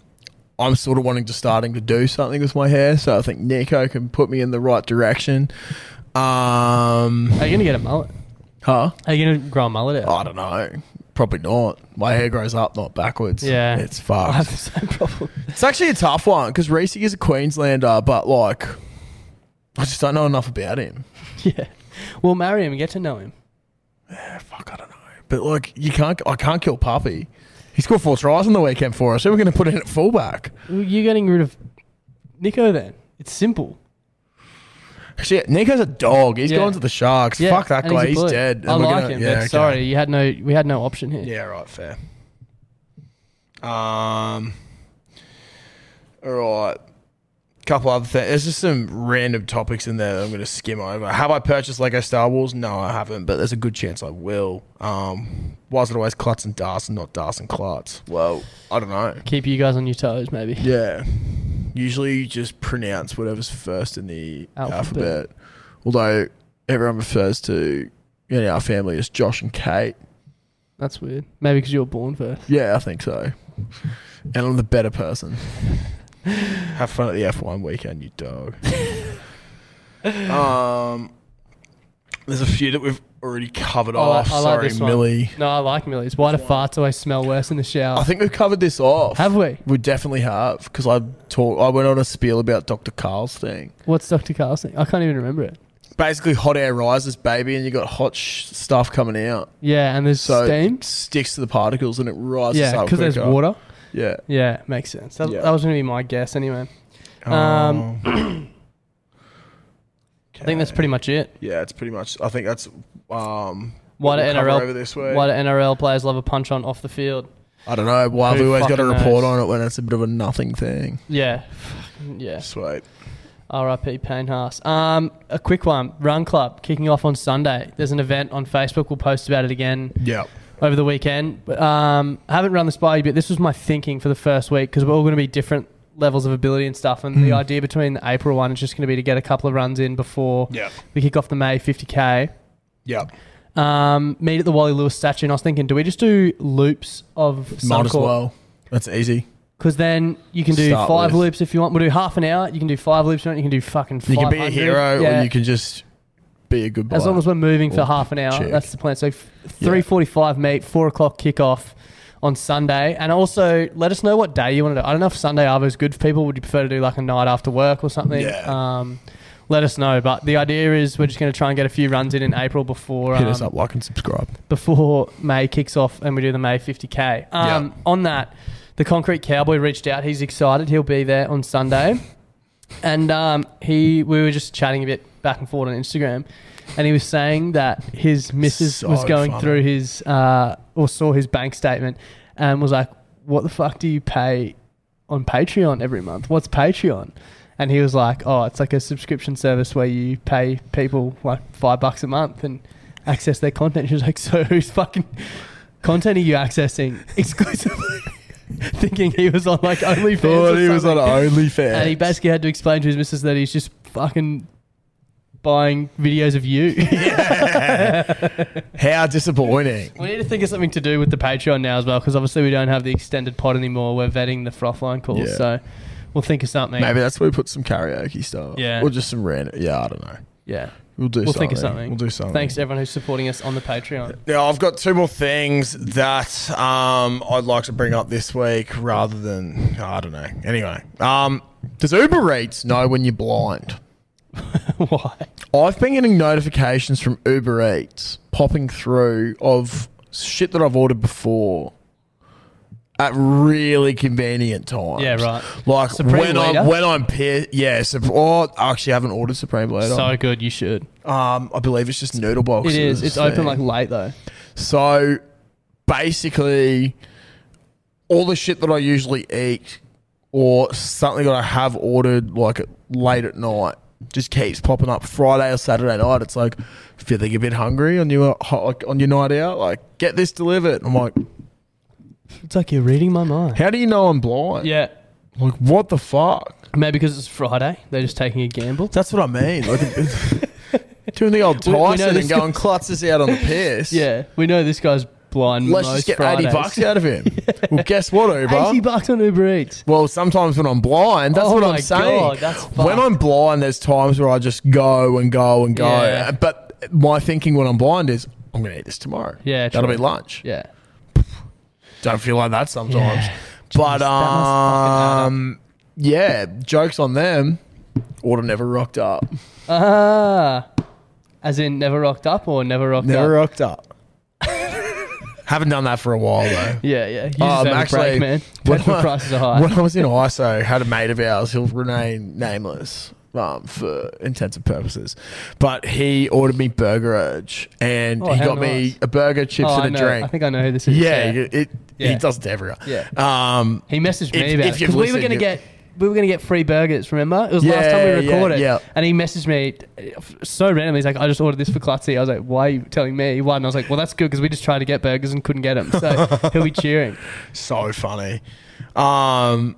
Speaker 2: I'm sort of wanting to starting to do something with my hair, so I think Nico can put me in the right direction. Um,
Speaker 1: Are you going to get a mullet?
Speaker 2: huh?
Speaker 1: Are you going to grow a mullet out?
Speaker 2: I don't know. Probably not. My hair grows up, not backwards.
Speaker 1: Yeah.
Speaker 2: it's
Speaker 1: I have
Speaker 2: fucked.
Speaker 1: the same problem.
Speaker 2: it's actually a tough one because Reese is a Queenslander, but like, I just don't know enough about him.
Speaker 1: yeah. We'll marry him and get to know him.
Speaker 2: Fuck, I don't know. But like, you can't. I can't kill Puppy. He scored four tries on the weekend for us. Who are we going to put in at fullback?
Speaker 1: You're getting rid of Nico then. It's simple.
Speaker 2: Shit, Nico's a dog. He's
Speaker 1: Yeah.
Speaker 2: gone to the Sharks. Fuck that
Speaker 1: and
Speaker 2: guy.
Speaker 1: a
Speaker 2: He's,
Speaker 1: bully.
Speaker 2: dead.
Speaker 1: I
Speaker 2: And we're
Speaker 1: like
Speaker 2: gonna-
Speaker 1: him,
Speaker 2: yeah,
Speaker 1: but
Speaker 2: okay.
Speaker 1: sorry, you had no, we had no option here.
Speaker 2: Yeah, right, fair. Um, all right. Couple other things. There's just some random topics in there that I'm going to skim over. Have I purchased Lego Star Wars? No, I haven't, but there's a good chance I will. Um, why is it always Klutz and Darts and not Darts and Klutz? Well, I don't know.
Speaker 1: Keep you guys on your toes, maybe.
Speaker 2: Yeah. Usually you just pronounce whatever's first in the
Speaker 1: Alphabet.
Speaker 2: alphabet. Although everyone refers to in our family as Josh and Kate.
Speaker 1: That's weird. Maybe because you were born first.
Speaker 2: Yeah, I think so. And I'm the better person. Have fun at the F1 weekend, you dog. um, there's a few that we've already covered
Speaker 1: I like-
Speaker 2: off.
Speaker 1: I like
Speaker 2: Oh, Sorry,
Speaker 1: this one.
Speaker 2: Millie.
Speaker 1: No, I like Millie's. Why do farts always smell worse in the shower?
Speaker 2: I think we've covered this off.
Speaker 1: Have we?
Speaker 2: We definitely have because I talk. I went on a spiel about Dr. Carl's thing.
Speaker 1: What's Dr. Carlson? I can't even remember it.
Speaker 2: Basically, hot air rises, baby, and you got hot sh- stuff coming out.
Speaker 1: Yeah, and there's
Speaker 2: So
Speaker 1: steam.
Speaker 2: it sticks to the particles and it rises
Speaker 1: Yeah,
Speaker 2: up
Speaker 1: because there's
Speaker 2: quicker.
Speaker 1: water.
Speaker 2: Yeah.
Speaker 1: Yeah, makes sense. That,
Speaker 2: Yeah. Oh.
Speaker 1: that was going to be my guess anyway. Um, I think that's pretty much it.
Speaker 2: Yeah, it's pretty much. I think that's um.
Speaker 1: Why do
Speaker 2: we'll cover
Speaker 1: NRL
Speaker 2: over this week.
Speaker 1: Why do NRL players love a punch on off the field?
Speaker 2: I don't know. Why have we
Speaker 1: Who
Speaker 2: always got to
Speaker 1: fucking
Speaker 2: report
Speaker 1: knows?
Speaker 2: on it when it's a bit of a nothing thing?
Speaker 1: Yeah, yeah.
Speaker 2: Sweet.
Speaker 1: R.I.P. Payne Haas. Um, a quick one. Run Club kicking off on Sunday. There's an event on Facebook. We'll post about it again
Speaker 2: Yeah.
Speaker 1: over the weekend. But, Um, I haven't run this by you, but this was my thinking for the first week because we're all going to be different levels of ability and stuff. And
Speaker 2: Hmm.
Speaker 1: the idea between the April one is just going to be to get a couple of runs in before
Speaker 2: Yeah.
Speaker 1: we kick off the May 50k.
Speaker 2: Yeah.
Speaker 1: Um, meet at the Wally Lewis statue. And I was thinking, do we just do loops of
Speaker 2: Might as
Speaker 1: Suncorp?
Speaker 2: well. That's easy.
Speaker 1: Because then you can do
Speaker 2: Start
Speaker 1: five
Speaker 2: with.
Speaker 1: loops if you want. We'll do half an hour. You can do five loops. if You want. You can do fucking.
Speaker 2: You can be a
Speaker 1: 500.
Speaker 2: hero,
Speaker 1: Yeah.
Speaker 2: or you can just be a good boy.
Speaker 1: As long as we're moving for
Speaker 2: Or
Speaker 1: half an hour,
Speaker 2: chick.
Speaker 1: that's the plan. So f- three forty-five meet, four o'clock kickoff on Sunday, and also let us know what day you want to do. I don't know if Sunday arvo is good for people. Would you prefer to do like a night after work or something?
Speaker 2: Yeah.
Speaker 1: Um, let us know. But the idea is we're just going to try and get a few runs in in April before
Speaker 2: hit us
Speaker 1: um,
Speaker 2: up, like and subscribe.
Speaker 1: before May kicks off and we do the May 50k. Um,
Speaker 2: Yeah.
Speaker 1: On that, the Concrete Cowboy reached out. He's excited. He'll be there on Sunday. And um, he, we were just chatting a bit back and forth on Instagram, and he was saying that his missus
Speaker 2: So
Speaker 1: was going
Speaker 2: funny.
Speaker 1: through his uh, or saw his bank statement and was like, "What the fuck do you pay on Patreon every month? What's Patreon?" And he was like, "Oh, it's like a subscription service where you pay people like five bucks a month and access their content." She was like, "So whose fucking content are you accessing exclusively?" Thinking he was on like OnlyFans. or
Speaker 2: Thought he was on
Speaker 1: something.
Speaker 2: OnlyFans.
Speaker 1: And he basically had to explain to his missus that he's just fucking buying videos of you.
Speaker 2: How disappointing.
Speaker 1: we need to think of something to do with the Patreon now as well, because obviously we don't have the extended pod anymore. We're vetting the frothline calls,
Speaker 2: Yeah.
Speaker 1: so we'll think of something.
Speaker 2: Maybe that's where we put some karaoke stuff.
Speaker 1: Yeah.
Speaker 2: Or just some random. Yeah, I don't know.
Speaker 1: Yeah.
Speaker 2: We'll do
Speaker 1: We'll
Speaker 2: something.
Speaker 1: think of something.
Speaker 2: We'll do something.
Speaker 1: Thanks to everyone who's supporting us on the Patreon.
Speaker 2: Now, I've got two more things that um, I'd like to bring up this week rather than, I don't know. Anyway, um, does Uber Eats know when you're blind?
Speaker 1: Why?
Speaker 2: I've been getting notifications from Uber Eats popping through of shit that I've ordered before at really convenient times.
Speaker 1: Yeah, right.
Speaker 2: Like
Speaker 1: Supreme
Speaker 2: when
Speaker 1: Leader?
Speaker 2: I'm when I'm pissed. Yeah, Sup- oh, I actually haven't ordered Supreme Leader.
Speaker 1: So good, you should.
Speaker 2: um, I believe it's just noodle boxes.
Speaker 1: It is. It's open
Speaker 2: thing.
Speaker 1: like late though.
Speaker 2: So basically, all the shit that I usually eat or something that I have ordered like at- late at night just keeps popping up Friday or Saturday night. It's like feeling a bit hungry on your ho- like, on your night out. Like get this delivered. I'm like,
Speaker 1: It's like you're reading my mind.
Speaker 2: how do you know I'm blind?
Speaker 1: Yeah.
Speaker 2: Like what the fuck?
Speaker 1: Maybe because it's Friday, they're just taking a gamble.
Speaker 2: That's what I mean. Like doing the old
Speaker 1: We- we know
Speaker 2: Tyson
Speaker 1: this
Speaker 2: and going clutches out on the piss.
Speaker 1: Yeah, we know this guy's blind.
Speaker 2: Let's
Speaker 1: most
Speaker 2: just get
Speaker 1: Fridays.
Speaker 2: 80 bucks out of him. Well, guess what, Uber?
Speaker 1: 80 bucks on Uber Eats.
Speaker 2: Well, sometimes when I'm blind, that's
Speaker 1: Oh
Speaker 2: what
Speaker 1: my
Speaker 2: I'm saying.
Speaker 1: God, that's
Speaker 2: when
Speaker 1: fucked.
Speaker 2: I'm blind, there's times where I just go and go and go.
Speaker 1: Yeah.
Speaker 2: But my thinking when I'm blind is, I'm going to eat this tomorrow.
Speaker 1: Yeah,
Speaker 2: that'll
Speaker 1: true.
Speaker 2: be lunch.
Speaker 1: Yeah.
Speaker 2: Don't feel like that sometimes.
Speaker 1: Yeah.
Speaker 2: But
Speaker 1: Jeez, that must fucking
Speaker 2: um, yeah, jokes on them. Order never rocked up.
Speaker 1: Ah. As in never rocked up or never rocked
Speaker 2: Never
Speaker 1: up?
Speaker 2: rocked up. Haven't done that for a while though.
Speaker 1: Yeah, yeah. You just
Speaker 2: Um,
Speaker 1: have a break, man. Petrol
Speaker 2: I-
Speaker 1: prices are high.
Speaker 2: When I was in ISO, had a mate of ours, he'll remain nameless um, for intents and purposes. But he ordered me Burger Urge and
Speaker 1: Oh,
Speaker 2: he
Speaker 1: how
Speaker 2: got
Speaker 1: nice.
Speaker 2: me a burger, chips,
Speaker 1: oh, I
Speaker 2: and a
Speaker 1: know.
Speaker 2: drink.
Speaker 1: I think I know who this is.
Speaker 2: yeah, it, it,
Speaker 1: Yeah.
Speaker 2: he does it to everyone.
Speaker 1: Yeah.
Speaker 2: Um,
Speaker 1: He messaged me
Speaker 2: If-
Speaker 1: about
Speaker 2: if
Speaker 1: it
Speaker 2: you've
Speaker 1: 'cause we were
Speaker 2: listened,
Speaker 1: gonna
Speaker 2: you-
Speaker 1: get we were gonna get free burgers. Remember, it was last
Speaker 2: Yeah,
Speaker 1: time we
Speaker 2: yeah,
Speaker 1: recorded,
Speaker 2: yeah.
Speaker 1: and he messaged me uh, so randomly. He's like, "I just ordered this for Klutzy." I was like, "Why are you telling me?" Why? And I was like, "Well, that's good because we just tried to get burgers and couldn't get them." So he'll be cheering.
Speaker 2: so funny. Um,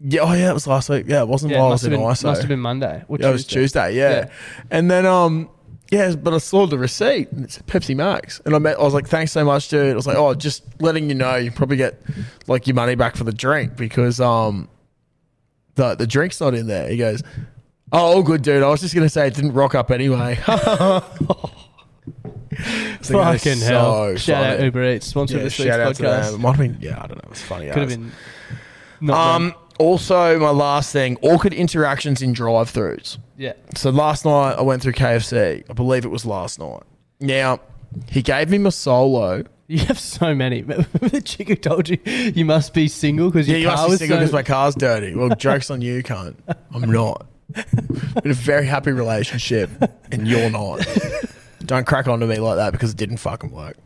Speaker 2: yeah, oh, yeah, it was last week. Yeah, it wasn't
Speaker 1: Yeah,
Speaker 2: while I
Speaker 1: must,
Speaker 2: was
Speaker 1: have
Speaker 2: in
Speaker 1: been,
Speaker 2: ISO.
Speaker 1: must have been Monday. Or
Speaker 2: Yeah, it was Tuesday. Yeah.
Speaker 1: Yeah.
Speaker 2: and then um, yeah, but I saw the receipt and it said Pepsi Max, and I met. I was like, "Thanks so much, dude." I was like, "Oh, just letting you know, you probably get like your money back for the drink because um, the the drink's not in there." He goes, "Oh, all good, dude. I was just gonna say it didn't rock up anyway." It's like,
Speaker 1: Fucking
Speaker 2: so
Speaker 1: hell! Shout out
Speaker 2: funny.
Speaker 1: Uber Eats, sponsor
Speaker 2: Yeah,
Speaker 1: of this week's
Speaker 2: shout out to them. It
Speaker 1: podcast.
Speaker 2: might have been, yeah, I don't know. It was funny.
Speaker 1: Could have
Speaker 2: as.
Speaker 1: been. Not um.
Speaker 2: Um. Also, my last thing: awkward interactions in drive-throughs.
Speaker 1: Yeah.
Speaker 2: So last night I went through KFC. I believe it was last night. Now he gave me my solo.
Speaker 1: You have so many. the chick who told you you must be single because
Speaker 2: Yeah,
Speaker 1: your
Speaker 2: you
Speaker 1: car
Speaker 2: must be
Speaker 1: was
Speaker 2: single because
Speaker 1: so
Speaker 2: my car's dirty. Well, jokes on you, cunt. I'm not. In a very happy relationship, and you're not. Don't crack onto me like that because it didn't fucking work.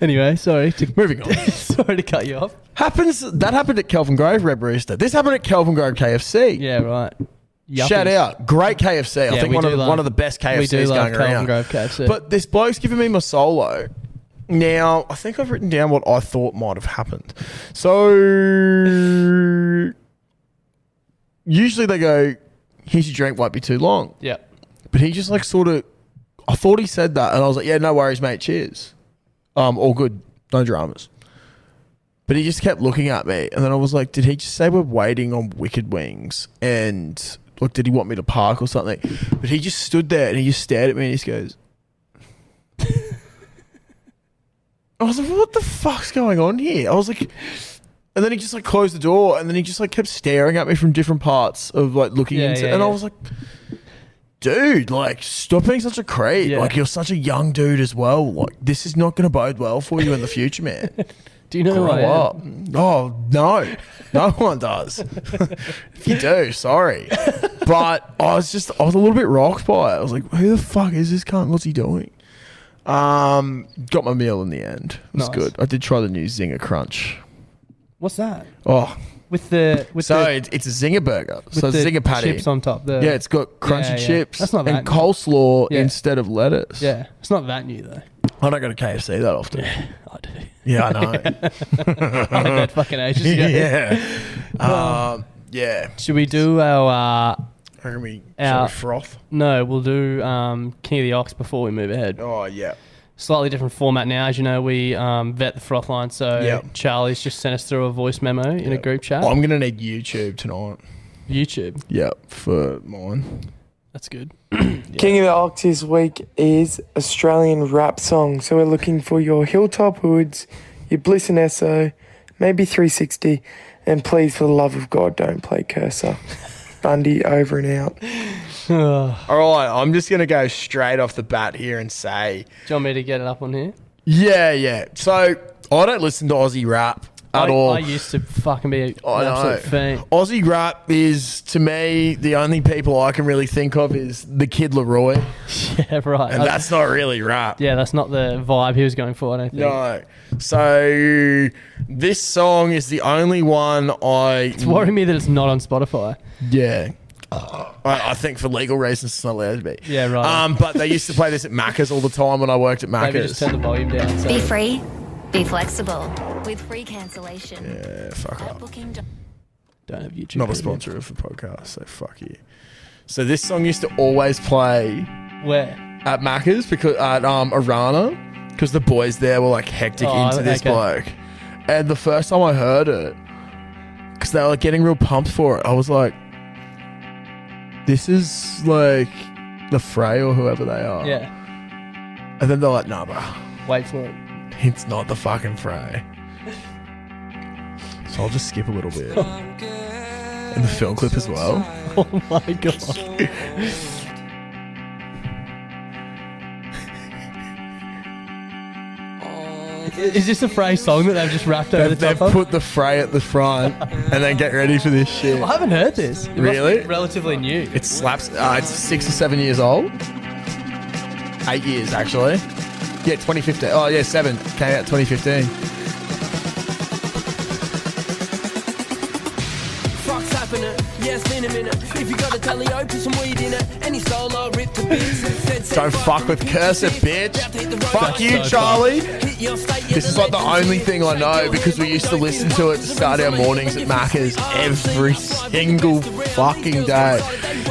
Speaker 1: Anyway, sorry to
Speaker 2: Moving on.
Speaker 1: sorry to cut you off.
Speaker 2: Happens that happened at Kelvin Grove Red Rooster. This happened at Kelvin Grove KFC.
Speaker 1: Yeah, right.
Speaker 2: Shout
Speaker 1: Yuppies.
Speaker 2: out, great KFC. I
Speaker 1: Yeah,
Speaker 2: think
Speaker 1: we
Speaker 2: one of
Speaker 1: do
Speaker 2: the,
Speaker 1: love-
Speaker 2: one of the best KFCs
Speaker 1: we do love
Speaker 2: going
Speaker 1: Carlton
Speaker 2: around.
Speaker 1: Grove KFC.
Speaker 2: But this bloke's giving me my solo. Now I think I've written down what I thought might have happened. So usually they go, "Here's your drink, won't be too long."
Speaker 1: Yeah.
Speaker 2: But he just like sort of, I thought he said that, and I was like, "Yeah, no worries, mate. Cheers. Um, all good, no dramas." But he just kept looking at me, and then I was like, "Did he just say we're waiting on Wicked Wings?" And like, did he want me to park or something? But he just stood there and he just stared at me and he just goes. I was like, "What the fuck's going on here?" I was like, and then he just like closed the door, and then he just like kept staring at me from different parts of like looking
Speaker 1: Yeah,
Speaker 2: into,
Speaker 1: yeah,
Speaker 2: and I
Speaker 1: yeah.
Speaker 2: was like, "Dude, like, stop being such a creep.
Speaker 1: Yeah.
Speaker 2: Like, you're such a young dude as well. Like, this is not going to bode well for you in the future, man."
Speaker 1: Do you know who I
Speaker 2: Grow
Speaker 1: am?
Speaker 2: up. Oh no, no one does. if you do, sorry. But I was just, I was a little bit rocked by it. I was like, who the fuck is this cunt? What's he doing? Um, got my meal in the end. It was
Speaker 1: Nice.
Speaker 2: good. I did try the new Zinger Crunch.
Speaker 1: What's that?
Speaker 2: Oh,
Speaker 1: With the with
Speaker 2: so
Speaker 1: the
Speaker 2: it's, it's a Zinger burger.
Speaker 1: with
Speaker 2: So it's
Speaker 1: the
Speaker 2: Zinger patty.
Speaker 1: chips on top. The,
Speaker 2: yeah, it's got crunchy
Speaker 1: Yeah, yeah.
Speaker 2: chips
Speaker 1: That's not
Speaker 2: and
Speaker 1: bad.
Speaker 2: coleslaw
Speaker 1: Yeah.
Speaker 2: instead of lettuce.
Speaker 1: yeah. It's not that new though.
Speaker 2: I don't go to KFC that often. Yeah,
Speaker 1: I do.
Speaker 2: I
Speaker 1: I
Speaker 2: know.
Speaker 1: had that fucking ages ago.
Speaker 2: yeah. Um, yeah.
Speaker 1: Should we do our uh,
Speaker 2: creamy
Speaker 1: Our-
Speaker 2: sort of froth.
Speaker 1: No, we'll do um, King of the Ox before we move ahead.
Speaker 2: Oh yeah.
Speaker 1: Slightly different format now. As you know, we um, vet the froth line. So
Speaker 2: Yep.
Speaker 1: Charlie's just sent us through a voice memo in a group chat.
Speaker 2: Oh, I'm gonna need YouTube tonight.
Speaker 1: YouTube.
Speaker 2: Yeah, for mine.
Speaker 1: That's good.
Speaker 6: King of the Ox this week is Australian rap song. So we're looking for your Hilltop Hoods, your Bliss and Esso, maybe 360, and please, for the love of God, don't play Cursor. Bundy over and out.
Speaker 2: All right, I'm just gonna go straight off the bat here and say,
Speaker 1: Do you want me to get it up on here?
Speaker 2: yeah, yeah. So I don't listen to Aussie rap at
Speaker 1: I,
Speaker 2: all.
Speaker 1: I used to fucking be an
Speaker 2: I know.
Speaker 1: absolute fiend.
Speaker 2: Aussie rap is to me the only people I can really think of is the Kid Leroy,
Speaker 1: Yeah, right.
Speaker 2: and
Speaker 1: I-
Speaker 2: that's not really rap.
Speaker 1: yeah, that's not the vibe he was going for, I don't think.
Speaker 2: No. So this song is the only one I
Speaker 1: It's worrying me that it's not on Spotify.
Speaker 2: yeah. I, I think for legal reasons it's not allowed to be.
Speaker 1: Yeah, right.
Speaker 2: Um, but they used to play this at Macca's all the time when I worked at
Speaker 1: Maybe just
Speaker 2: Macca's.
Speaker 1: turn the volume down. So.
Speaker 7: Be free, be flexible with free cancellation.
Speaker 2: Yeah, fuck
Speaker 7: At
Speaker 2: up.
Speaker 7: booking.
Speaker 1: Don't have YouTube.
Speaker 2: Not a
Speaker 1: Premium.
Speaker 2: sponsor of the podcast, so fuck you. So this song used to always play
Speaker 1: Where?
Speaker 2: at Macca's because at um Arana because the boys there were like hectic
Speaker 1: Oh,
Speaker 2: into this
Speaker 1: okay.
Speaker 2: bloke, and the first time I heard it, because they were like, getting real pumped for it, I was like, "This is like the Fray or whoever they are."
Speaker 1: Yeah.
Speaker 2: And then they're like, "Nah, bro,
Speaker 1: Wait for it.
Speaker 2: it's not the fucking Fray." so I'll just skip a little bit. And the film clip as well.
Speaker 1: Oh my god. Is this a Frey song that they've just wrapped over
Speaker 2: They've,
Speaker 1: the
Speaker 2: Oh, they've
Speaker 1: top of?
Speaker 2: put the fray at the front and then get ready for this shit.
Speaker 1: I haven't heard this. It must be
Speaker 2: Really?
Speaker 1: relatively new.
Speaker 2: It slaps. Uh, it's six or seven years old. Eight years, actually. Yeah, 2015. Oh, yeah, seven. Came out 2015.
Speaker 8: Frock's happening, yes, in a minute. If you got a telly, open some weed in it. Any soul, I'll rip to bits. Said, said,
Speaker 2: Don't fuck with Cursor, bitch. Fuck you, Charlie.
Speaker 8: Hit your state, yeah,
Speaker 2: This is like the only thing I know because we used to listen to it to start our mornings at Macca's every single fucking day.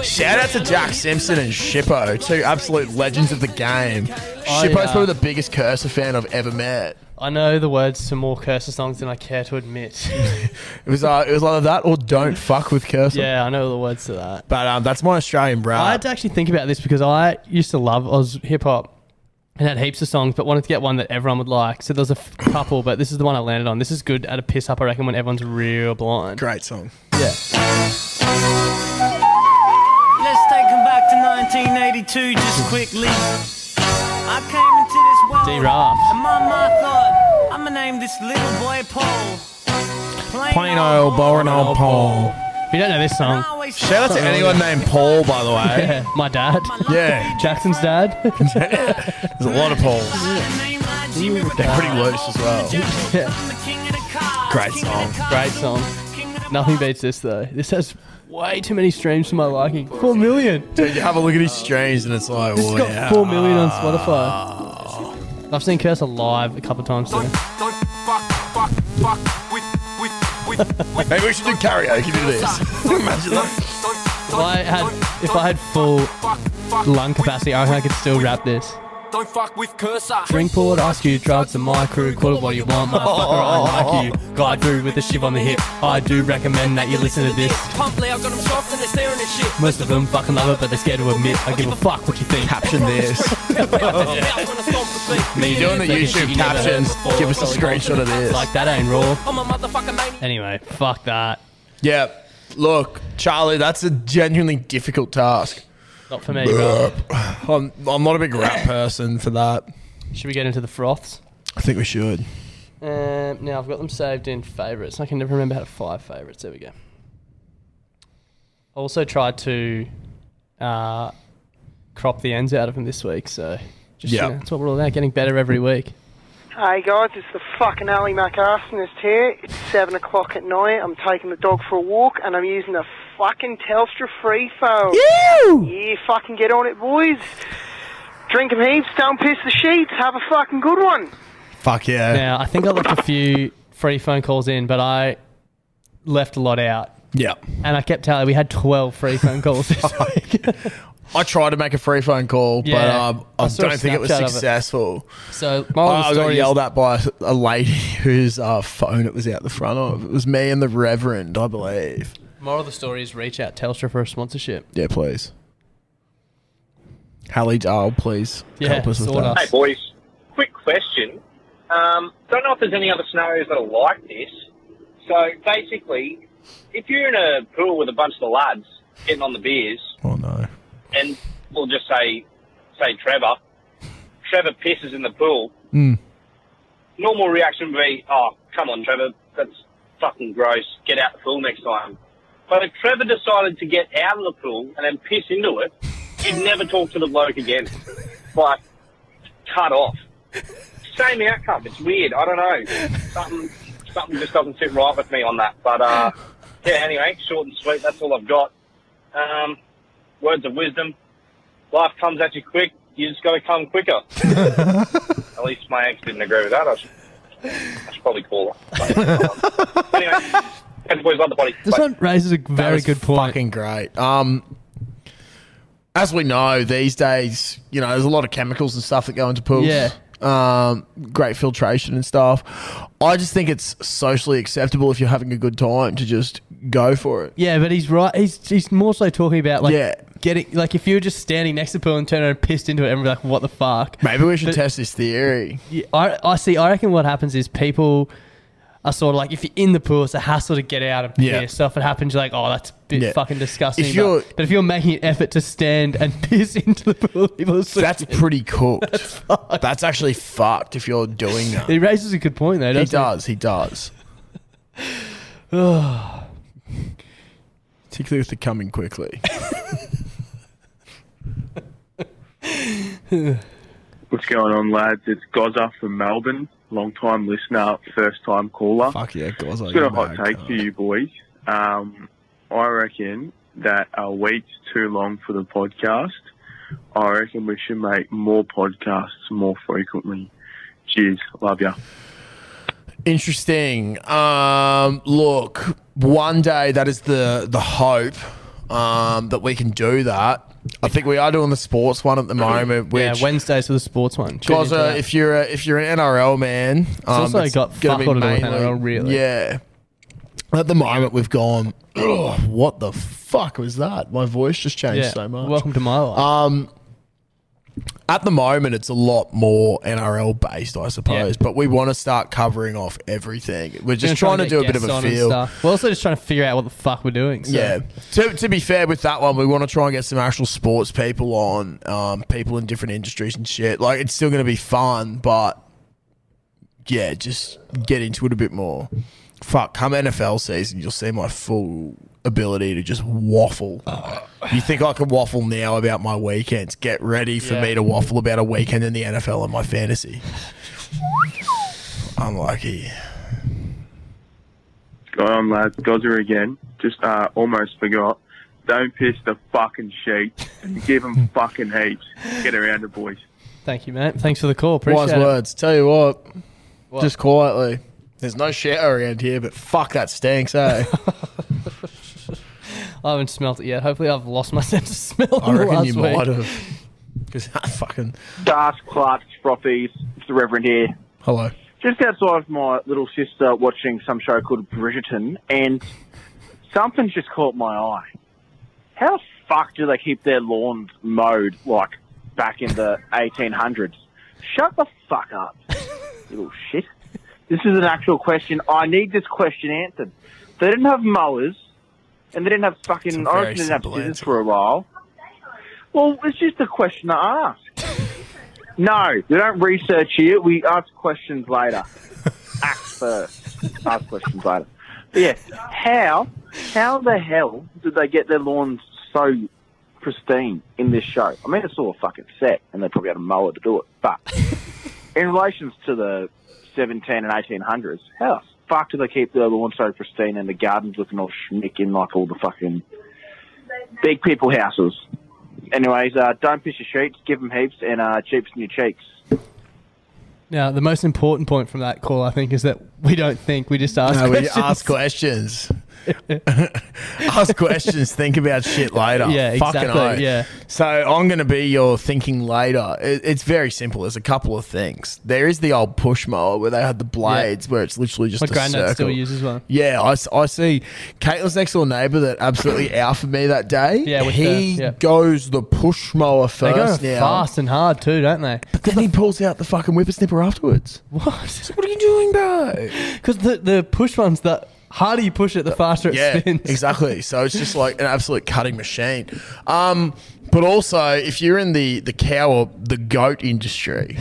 Speaker 2: Shout out to Jack Simpson and Shippo, two absolute legends of the game. Shippo's
Speaker 1: Oh, yeah.
Speaker 2: probably the biggest Cursor fan I've ever met.
Speaker 1: I know the words to more cursor songs than I care to admit.
Speaker 2: It was uh, it was either that or don't fuck with Cursor.
Speaker 1: yeah, I know the words to that.
Speaker 2: But um, that's my Australian rap.
Speaker 1: I had to actually think about this because I used to love Oz hip hop and had heaps of songs, but wanted to get one that everyone would like. So there's a f- couple, but this is the one I landed on. This is good at a piss up, I reckon, when everyone's real blind.
Speaker 2: Great song.
Speaker 1: Yeah.
Speaker 9: Let's take 'em back to 1982 just quickly. I came into this world.
Speaker 1: D-Raft.
Speaker 9: And my mom thought, I'ma name this little boy Paul. Plain,
Speaker 2: old Paul.
Speaker 1: If you don't know this song,
Speaker 2: Shout out to anyone named Paul, by the way.
Speaker 1: yeah, my dad,
Speaker 2: Yeah,
Speaker 1: Jackson's dad.
Speaker 2: there's a lot of Pauls. They're pretty loose as well. Great song.
Speaker 1: Great song. Nothing beats this though. This has way too many streams to my liking. Four million.
Speaker 2: Dude, you have a look at his streams and it's like, oh,
Speaker 1: It's got
Speaker 2: wow.
Speaker 1: four million on Spotify. I've seen Cursor live a couple of times too.
Speaker 2: Maybe we should do karaoke to this. Imagine that.
Speaker 1: If I had, if I had full lung capacity, I reckon I could still rap this.
Speaker 8: Don't fuck with cursor.
Speaker 1: Drink port, ask you, drugs and my crew, call it what you want, motherfucker, I like you. Glide through with a shiv on the hip, I do recommend that you listen to this.
Speaker 8: Pump loud, got 'em soft and they're staring at shit.
Speaker 1: Most of them fucking love it, but they're scared to admit, I give a fuck what you think.
Speaker 2: Caption this.
Speaker 1: Oh, Me
Speaker 2: You're doing the YouTube captions. Give us a screenshot of this.
Speaker 1: Like, that ain't raw.
Speaker 8: I'm a motherfucking maniac.
Speaker 1: Anyway, fuck that.
Speaker 2: Yeah. Look, Charlie, that's a genuinely difficult task.
Speaker 1: Not for me, bro.
Speaker 2: I'm, I'm not a big rap person for that.
Speaker 1: Should we get into the froths?
Speaker 2: I think we should.
Speaker 1: Um, now I've got them saved in favourites. I can never remember how to find favourites. There we go. I also tried to uh, crop the ends out of them this week, so just you
Speaker 2: Yeah.
Speaker 1: know, that's what we're all about. Getting better every week.
Speaker 10: Hey guys, it's the fucking Ali MacArsonist here. It's 7 o'clock at night. I'm taking the dog for a walk and I'm using a fucking Telstra free phone. Yeah, fucking get on it, boys. Drink 'em heaps, don't piss the sheets. Have a fucking good one.
Speaker 2: Fuck yeah.
Speaker 1: Now I think I left a few free phone calls in, but I left a lot out.
Speaker 2: Yeah.
Speaker 1: And I kept telling her we had 12 free phone calls this week.
Speaker 2: I tried to make a free phone call,
Speaker 1: Yeah.
Speaker 2: but um,
Speaker 1: I
Speaker 2: I,
Speaker 1: saw a
Speaker 2: don't think it was
Speaker 1: Snapchat of it.
Speaker 2: successful.
Speaker 1: So, moral of the
Speaker 2: uh, I got
Speaker 1: story is-
Speaker 2: yelled at by a lady whose uh, phone it was out the front of. It was me and the Reverend, I believe.
Speaker 1: Moral of the story is reach out Telstra for a sponsorship.
Speaker 2: Yeah, please. Hallie Dahl, please
Speaker 1: Yeah,
Speaker 2: help us with
Speaker 1: sort
Speaker 2: that.
Speaker 11: Hey, boys. Quick question. Um, don't know if there's any other scenarios that are like this. So basically, if you're in a pool with a bunch of the lads getting on the beers,
Speaker 2: Oh no.
Speaker 11: and we'll just say, say Trevor, Trevor pisses in the pool.
Speaker 2: Mm.
Speaker 11: Normal reaction would be, oh, come on, Trevor, that's fucking gross. Get out the pool next time. But if Trevor decided to get out of the pool and then piss into it, he'd never talk to the bloke again. Like, cut off. Same outcome. It's weird. I don't know. Something, something just doesn't sit right with me on that. But uh, yeah. Anyway, short and sweet. That's all I've got. Um, words of wisdom. Life comes at you quick. You just got to come quicker. at least my ex didn't agree with that. I should, I should probably call her. But, um, anyway, and boys love the body.
Speaker 1: This one raises a
Speaker 2: very good point. Fucking great. Um, as we know these days, you know, there's a lot of chemicals and stuff that go into pools.
Speaker 1: Yeah.
Speaker 2: Um, great filtration and stuff. I just think it's socially acceptable if you're having a good time to just go for it.
Speaker 1: Yeah, but he's right. He's he's more so talking about like
Speaker 2: Yeah.
Speaker 1: getting like if you were just standing next to the pool and turned around and pissed into it, everyone's like, "What the fuck?"
Speaker 2: Maybe we should
Speaker 1: But-
Speaker 2: test this theory.
Speaker 1: Yeah, I I see. I reckon what happens is people are sort of like if you're in the pool, it's a hassle to get out and
Speaker 2: Yeah.
Speaker 1: piss. So if it happens, you're like, "Oh, that's a bit
Speaker 2: Yeah.
Speaker 1: fucking disgusting."
Speaker 2: If
Speaker 1: but-
Speaker 2: you're-
Speaker 1: but, if you're making an effort to stand and piss into the pool, people assume
Speaker 2: That's pretty cooked. That's, actually fucked if you're doing that.
Speaker 1: He raises a good point though.
Speaker 2: he
Speaker 1: Doesn't
Speaker 2: does. He does. Particularly with the coming quickly.
Speaker 12: What's going on, lads? It's Gozza from Melbourne, long time listener, first time caller.
Speaker 2: Fuck yeah, Gozza,
Speaker 12: It's got
Speaker 2: you're
Speaker 12: a hot
Speaker 2: back.
Speaker 12: take for you boys. Um, I reckon that a week's too long for the podcast. I reckon we should make more podcasts more frequently. Cheers. Love ya.
Speaker 2: Interesting. Um, look, one day that is the the hope um, that we can do that. I think we are doing the sports one at the moment.
Speaker 1: Yeah,
Speaker 2: Which
Speaker 1: Wednesdays for the sports one. Tune into
Speaker 2: Gozza,
Speaker 1: that.
Speaker 2: uh, if you're a, if you're an NRL man, um,
Speaker 1: It's also got
Speaker 2: gonna
Speaker 1: fuck all to do with
Speaker 2: mainly-
Speaker 1: NRL, really.
Speaker 2: Yeah. At the moment, we've gone. "Ugh, what the fuck was that? My voice just changed
Speaker 1: Yeah.
Speaker 2: so much.
Speaker 1: Welcome to my life.
Speaker 2: Um, at the moment, it's a lot more NRL based, I suppose. But we want to start covering off everything. We're just
Speaker 1: Gonna
Speaker 2: trying
Speaker 1: try
Speaker 2: to do a
Speaker 1: and
Speaker 2: bit
Speaker 1: get
Speaker 2: of a
Speaker 1: guests on and
Speaker 2: feel.
Speaker 1: stuff. We're also just trying to figure out what the fuck we're doing. So.
Speaker 2: Yeah. To, to be fair with that one, we want to try and get some actual sports people on, um, people in different industries and shit. Like, it's still going to be fun, but yeah, just get into it a bit more. Fuck, come NFL season, you'll see my full ability to just waffle. You think I can waffle now about my weekends? Get ready for
Speaker 1: Yeah.
Speaker 2: me to waffle about a weekend in the NFL and my fantasy. I'm lucky.
Speaker 12: Going on, lads. Gozza again. Just uh, almost forgot. Don't piss the fucking sheet and give them fucking heaps. Get around it, boys.
Speaker 1: Thank you, mate. Thanks for the call. Appreciate
Speaker 2: Wise
Speaker 1: it.
Speaker 2: words. Tell you what,
Speaker 1: What?
Speaker 2: just quietly. There's no shower around here, but fuck that stinks, eh?
Speaker 1: I haven't smelt it yet. Hopefully, I've lost my sense of smell.
Speaker 2: I reckon you
Speaker 1: last
Speaker 2: might
Speaker 1: week.
Speaker 2: have. Because I fucking
Speaker 13: Darth Clark's frothies. It's the Reverend here.
Speaker 2: hello.
Speaker 13: Just outside of my little sister watching some show called Bridgerton, and something just caught my eye. How the fuck do they keep their lawns mowed like back in the 1800s? Shut the fuck up, little shit. This is an actual question. I need this question answered. They didn't have mowers, and they didn't have fucking.
Speaker 12: very
Speaker 13: I reckon they didn't have
Speaker 12: simple
Speaker 13: scissors
Speaker 12: answer.
Speaker 13: for a while. Well, it's just a question to ask. No, we don't research here. We ask questions later. Act first. Ask questions later. But yeah, how how the hell did they get their lawns so pristine in this show? I mean, it's all a fucking set, and they probably had a mower to do it. But in relations to the 17 and 1800s, how the fuck do they keep their lawns so pristine and the gardens looking all schmick in like all the fucking big people houses? Anyways, uh, don't piss your sheets, give them heaps, and uh, cheaps in your cheeks.
Speaker 1: Now, the most important point from that call, I think, is that we don't think we just ask
Speaker 2: No, we
Speaker 1: questions.
Speaker 2: ask questions. Ask questions, think about shit later.
Speaker 1: Yeah,
Speaker 2: Fucking
Speaker 1: exactly,
Speaker 2: oath.
Speaker 1: yeah.
Speaker 2: So I'm going to be your thinking later. It, it's very simple. There's a couple of things. There is the old push mower where they had the blades where it's literally just
Speaker 1: My
Speaker 2: a
Speaker 1: granddad still
Speaker 2: circle.
Speaker 1: uses one.
Speaker 2: Yeah, I, s- I see. Caitlin's next door neighbour that absolutely outed me that day.
Speaker 1: Yeah, with
Speaker 2: he
Speaker 1: the- yeah.
Speaker 2: goes the push mower
Speaker 1: They go
Speaker 2: first now.
Speaker 1: fast and hard too, don't they?
Speaker 2: But then he pulls out the fucking whippersnipper afterwards.
Speaker 1: What?
Speaker 2: what are you doing, bro?
Speaker 1: Because the, the push ones, the harder you push it, the faster it
Speaker 2: yeah,
Speaker 1: spins.
Speaker 2: exactly. So it's just like an absolute cutting machine. Um, but also, if you're in the the cow or the goat industry,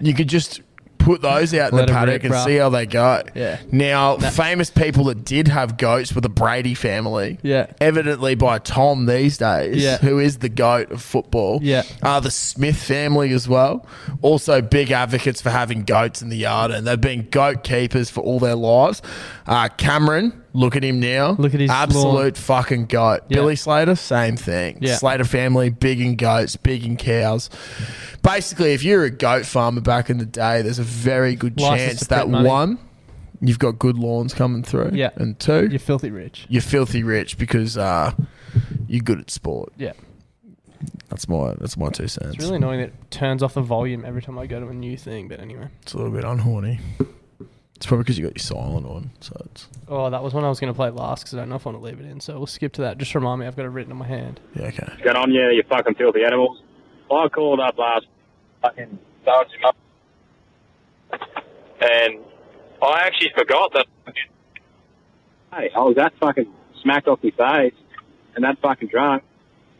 Speaker 2: you could just put those out in
Speaker 1: Let
Speaker 2: the
Speaker 1: 'em
Speaker 2: paddock
Speaker 1: rip,
Speaker 2: and
Speaker 1: bruh.
Speaker 2: see how they go.
Speaker 1: Yeah.
Speaker 2: Now, famous people that did have goats were the Brady family.
Speaker 1: Yeah.
Speaker 2: Evidently by Tom these days,
Speaker 1: Yeah.
Speaker 2: who is the goat of football.
Speaker 1: Yeah.
Speaker 2: Uh, the Smith family as well. Also big advocates for having goats in the yard and they've been goat keepers for all their lives. Uh, Cameron, look at him now. Look
Speaker 1: at his
Speaker 2: absolute
Speaker 1: lawn.
Speaker 2: fucking goat.
Speaker 1: Yeah.
Speaker 2: Billy Slater, same thing.
Speaker 1: Yeah.
Speaker 2: Slater family, big in goats, big in cows. Basically, if you're a goat farmer back in the day, there's a very good
Speaker 1: License
Speaker 2: chance
Speaker 1: to
Speaker 2: that
Speaker 1: print money.
Speaker 2: one, you've got good lawns coming through.
Speaker 1: Yeah.
Speaker 2: And two,
Speaker 1: You're filthy rich.
Speaker 2: you're filthy rich because uh, you're good at sport.
Speaker 1: Yeah.
Speaker 2: That's my that's my two cents.
Speaker 1: It's really annoying that it turns off the volume every time I go to a new thing, but anyway.
Speaker 2: It's a little bit unhorny. It's probably because you got your silent on, so it's
Speaker 1: Oh, that was one I was going to play last because I don't know if I want to leave it in, so we'll skip to that. Just remind me, I've got it written on my hand.
Speaker 2: yeah okay.
Speaker 11: What's going on, you, you fucking filthy animals? I called up last fucking Sergeant up and I actually forgot that. Hey, I was that fucking smacked off my face and that fucking drunk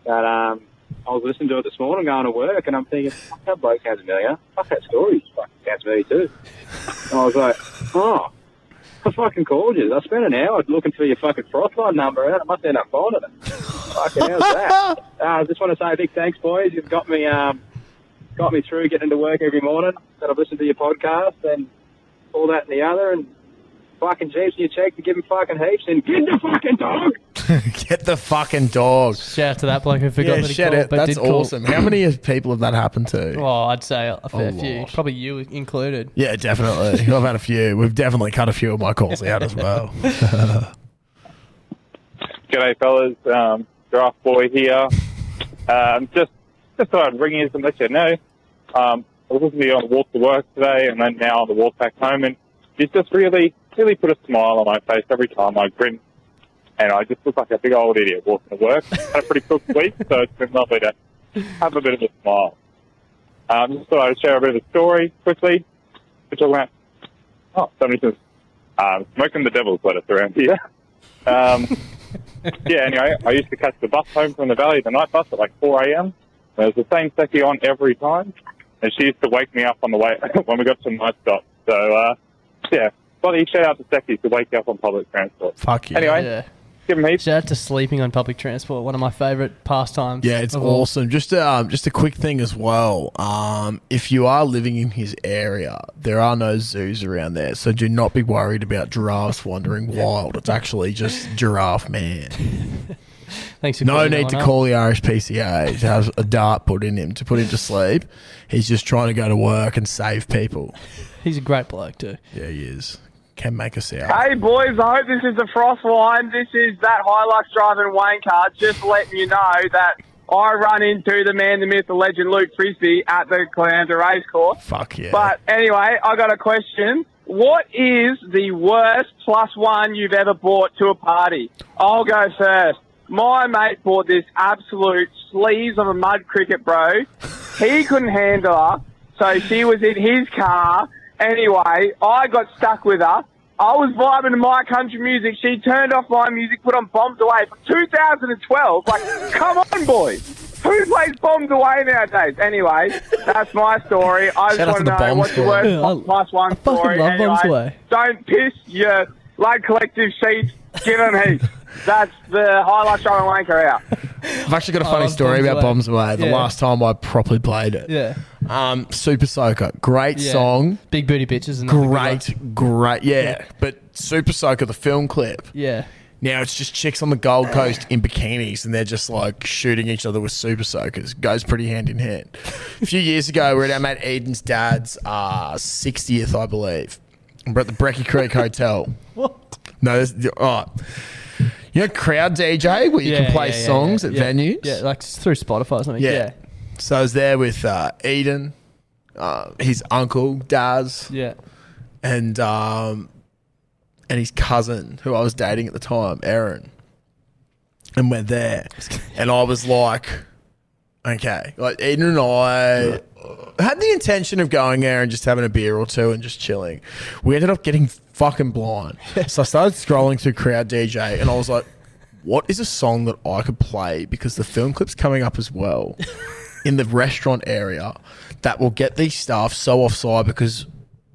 Speaker 11: that um, I was listening to it this morning going to work and I'm thinking, fuck, that bloke sounds familiar. Fuck, that story fucking sounds familiar too. And I was like, oh, I fucking called you. I spent an hour looking for your fucking Frothline number and I must end up finding it. Fucking how's that? Uh, I just want to say a big thanks, boys. You've got me, um, got me through getting into work every morning. That I've listened to your podcast and all that and the other, and fucking jeeps and your checks and give them fucking heaps and get the fucking dog.
Speaker 2: Get the fucking dog.
Speaker 1: Shout out to that bloke who forgot
Speaker 2: yeah,
Speaker 1: that he
Speaker 2: shit
Speaker 1: called,
Speaker 2: it.
Speaker 1: but
Speaker 2: That's
Speaker 1: did call.
Speaker 2: awesome. How many people have that happened to?
Speaker 1: Oh, I'd say a fair
Speaker 2: A
Speaker 1: few.
Speaker 2: lot.
Speaker 1: Probably you included.
Speaker 2: Yeah, definitely. I've had a few. We've definitely cut a few of my calls out as well.
Speaker 14: G'day, fellas. Um, Draft Boy here. Um, just just thought I'd ring you and let you know. Um, I was listening to you on the walk to work today, and then now on the walk back home, and you just really, really put a smile on my face every time I grin, and I just look like a big old idiot walking to work. Had a pretty cooked week, so it's been lovely to have a bit of a smile. Um, just thought I'd share a bit of a story quickly. We're talking about oh, somebody's just um, smoking the devil's lettuce around here. Um, yeah, anyway, I used to catch the bus home from the valley, the night bus at like 4 a.m. There was the same Becky on every time, and she used to wake me up on the way when we got to night stop. So, uh, yeah, bloody shout out to Becky to wake you up on public transport.
Speaker 2: Fuck
Speaker 1: yeah.
Speaker 14: Anyway,
Speaker 1: Yeah.
Speaker 14: Give him heaps.
Speaker 1: Shout out to sleeping on public transport, one of my favourite pastimes.
Speaker 2: Yeah, it's
Speaker 1: of all.
Speaker 2: awesome. Just um, just a quick thing as well. Um, if you are living in his area, there are no zoos around there, so do not be worried about giraffes wandering wild. It's actually just giraffe man.
Speaker 1: Thanks for
Speaker 2: No
Speaker 1: calling that
Speaker 2: need
Speaker 1: one
Speaker 2: to
Speaker 1: up.
Speaker 2: call the RSPCA to have a dart put in him to put him to sleep. He's just trying to go to work and save people.
Speaker 1: He's a great bloke too.
Speaker 2: Yeah, he is. Can make us out.
Speaker 4: Hey boys, I hope this is the frost line. This is that Hilux driving Wayne car. Just letting you know that I run into the man, the myth, the legend, Luke Frisbee at the Cleander Race Course.
Speaker 2: Fuck yeah.
Speaker 4: But anyway, I got a question. What is the worst plus one you've ever bought to a party? I'll go first. My mate bought this absolute sleeves of a mud cricket, bro. He couldn't handle her, so she was in his car. Anyway, I got stuck with her. I was vibing to my country music. She turned off my music, put on Bombs Away from 2012. Like, come on, boys. Who plays bombs away nowadays? Anyway, that's my story. I
Speaker 1: Shout
Speaker 4: just want to
Speaker 1: out to the
Speaker 4: know
Speaker 1: Bombs
Speaker 4: what's the
Speaker 1: Squad.
Speaker 4: worst
Speaker 1: Yeah, I-
Speaker 4: plus one story.
Speaker 1: love
Speaker 4: anyway,
Speaker 1: Bombs Away.
Speaker 4: don't piss your blood collective sheets. Give them heat. That's the highlight showing wanker out.
Speaker 2: Oh, I've actually got a
Speaker 4: I
Speaker 2: funny
Speaker 4: love
Speaker 2: story
Speaker 4: Bombs
Speaker 2: about
Speaker 4: Away.
Speaker 2: Bombs Away. The
Speaker 4: Yeah.
Speaker 2: last time I properly played it.
Speaker 1: Yeah.
Speaker 2: Um, Super Soaker, great
Speaker 1: Yeah.
Speaker 2: song.
Speaker 1: Big booty bitches. another good one.
Speaker 2: Great, great. Yeah. But Super Soaker, the film clip.
Speaker 1: Yeah.
Speaker 2: Now it's just chicks on the Gold Coast in bikinis and they're just like shooting each other with super soakers. Goes pretty hand in hand. A few years ago, we are at our mate Eden's dad's uh, 60th, I believe. We're at the Brecky Creek Hotel.
Speaker 1: What?
Speaker 2: No, this, all right. You know, crowd DJ where you
Speaker 1: Yeah,
Speaker 2: can play
Speaker 1: yeah, yeah,
Speaker 2: songs
Speaker 1: yeah,
Speaker 2: at
Speaker 1: yeah.
Speaker 2: venues.
Speaker 1: Yeah, like s- through Spotify or something.
Speaker 2: Yeah.
Speaker 1: Yeah.
Speaker 2: So I was there with uh, Eden, uh, his uncle Daz,
Speaker 1: Yeah.
Speaker 2: and um, and his cousin who I was dating at the time, Aaron. And we're there, and I was like, okay, like Eden and I had the intention of going there and just having a beer or two and just chilling. We ended up getting fucking blind, so I started scrolling through Crowd DJ, and I was like, what is a song that I could play because the film clip's coming up as well in the restaurant area that will get these staff so offside because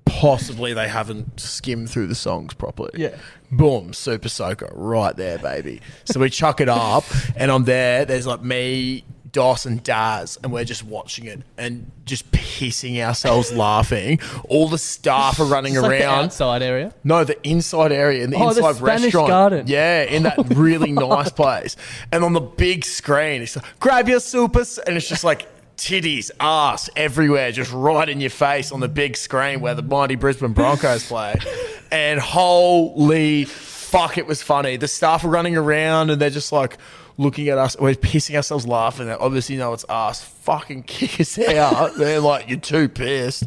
Speaker 2: possibly they haven't skimmed through the songs properly.
Speaker 1: Yeah.
Speaker 2: Boom, Super Soaker, right there, baby. So we chuck it up, and I'm there. There's like me, Dos, and Daz, and we're just watching it and just pissing ourselves laughing. All the staff are running
Speaker 1: It's like the
Speaker 2: around.
Speaker 1: outside area.
Speaker 2: No, the inside area in the
Speaker 1: Oh, the
Speaker 2: inside
Speaker 1: Spanish
Speaker 2: restaurant.
Speaker 1: garden. Oh
Speaker 2: Yeah, in that really nice place. And on the big screen, it's like, grab your supers. And it's just like titties, ass everywhere, just right in your face on the big screen where the mighty Brisbane Broncos play. And holy fuck, it was funny. The staff are running around and they're just like, Looking at us, we're pissing ourselves laughing. They obviously know it's us. Fucking kick us out. They're like, you're too pissed.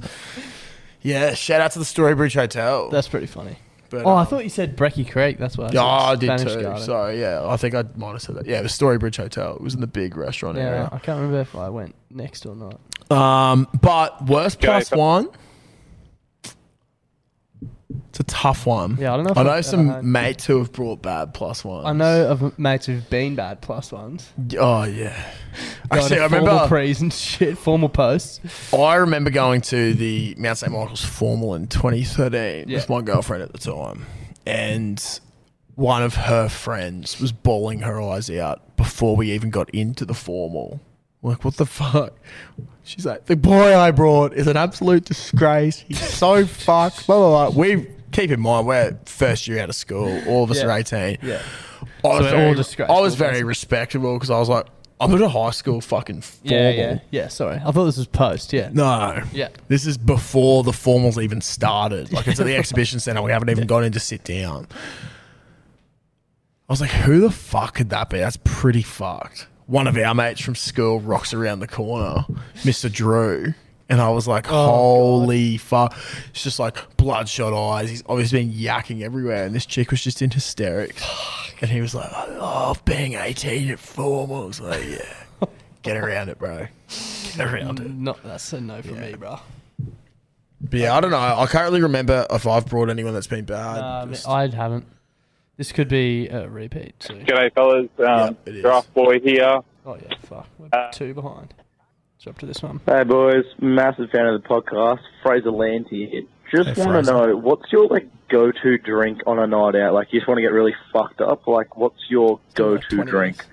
Speaker 2: Yeah, shout out to the Storybridge Hotel. That's
Speaker 1: pretty funny.
Speaker 2: But,
Speaker 1: oh,
Speaker 2: um,
Speaker 1: I thought you said Brecky Creek. That's why. I
Speaker 2: yeah, I
Speaker 1: said
Speaker 2: did
Speaker 1: Spanish
Speaker 2: too.
Speaker 1: Garden.
Speaker 2: Sorry, yeah, I think I might have said that. Yeah, it was Storybridge Hotel. It was in the big restaurant
Speaker 1: Yeah, I
Speaker 2: area.
Speaker 1: can't remember if I went next or not.
Speaker 2: Um, but worst
Speaker 1: Go
Speaker 2: plus
Speaker 1: for-
Speaker 2: one. It's a tough one.
Speaker 1: Yeah, I don't know if
Speaker 2: I know
Speaker 1: I've
Speaker 2: some
Speaker 1: ever had-
Speaker 2: mates who have brought bad plus one.
Speaker 1: I know of mates who've been bad plus ones.
Speaker 2: Oh yeah.
Speaker 1: Going
Speaker 2: Actually,
Speaker 1: to
Speaker 2: I remember
Speaker 1: formal pre's and shit, formal posts.
Speaker 2: I remember going to the Mount St. Michael's formal in 2013
Speaker 1: Yeah.
Speaker 2: with my girlfriend at the time. And one of her friends was bawling her eyes out before we even got into the formal. We're like, what the fuck? She's like, the boy I brought is an absolute disgrace. He's so fucked. Blah, blah, blah. We keep in mind, we're first year out of school. All of us
Speaker 1: Yeah.
Speaker 2: are 18.
Speaker 1: Yeah.
Speaker 2: I was
Speaker 1: So they're all
Speaker 2: very,
Speaker 1: disgraceful
Speaker 2: I was very respectable because I was like, I'm at a high school fucking formal.
Speaker 1: Yeah, yeah, yeah. Sorry, I thought this was post. Yeah.
Speaker 2: No.
Speaker 1: Yeah.
Speaker 2: This is before the formals even started. Like it's at the exhibition center. We haven't even gone in to sit down. I was like, who the fuck could that be? That's pretty fucked. One of our mates from school rocks around the corner, Mr. Drew. And I was like, holy fuck. It's just like bloodshot eyes. He's obviously been yakking everywhere. And this chick was just in hysterics. And he was like, I love being 18 at formals. Like, yeah. Get around it, bro. Get around it.
Speaker 1: No, that's a no for me, bro.
Speaker 2: But yeah, I don't know. I can't really remember if I've brought anyone that's been bad.
Speaker 1: Um,
Speaker 2: Just-
Speaker 1: I haven't. This could be a repeat. Too.
Speaker 14: G'day, fellas. Um, draft boy here.
Speaker 1: Oh yeah, fuck.
Speaker 11: Uh,
Speaker 1: We're two behind. It's up to this one.
Speaker 11: Hey boys, massive fan of the podcast. Fraser Land here. Just
Speaker 1: Hey,
Speaker 11: want to
Speaker 1: Fraser.
Speaker 11: know what's your like go-to drink on a night out? Like you just want to get really fucked up. Like what's your go-to drink?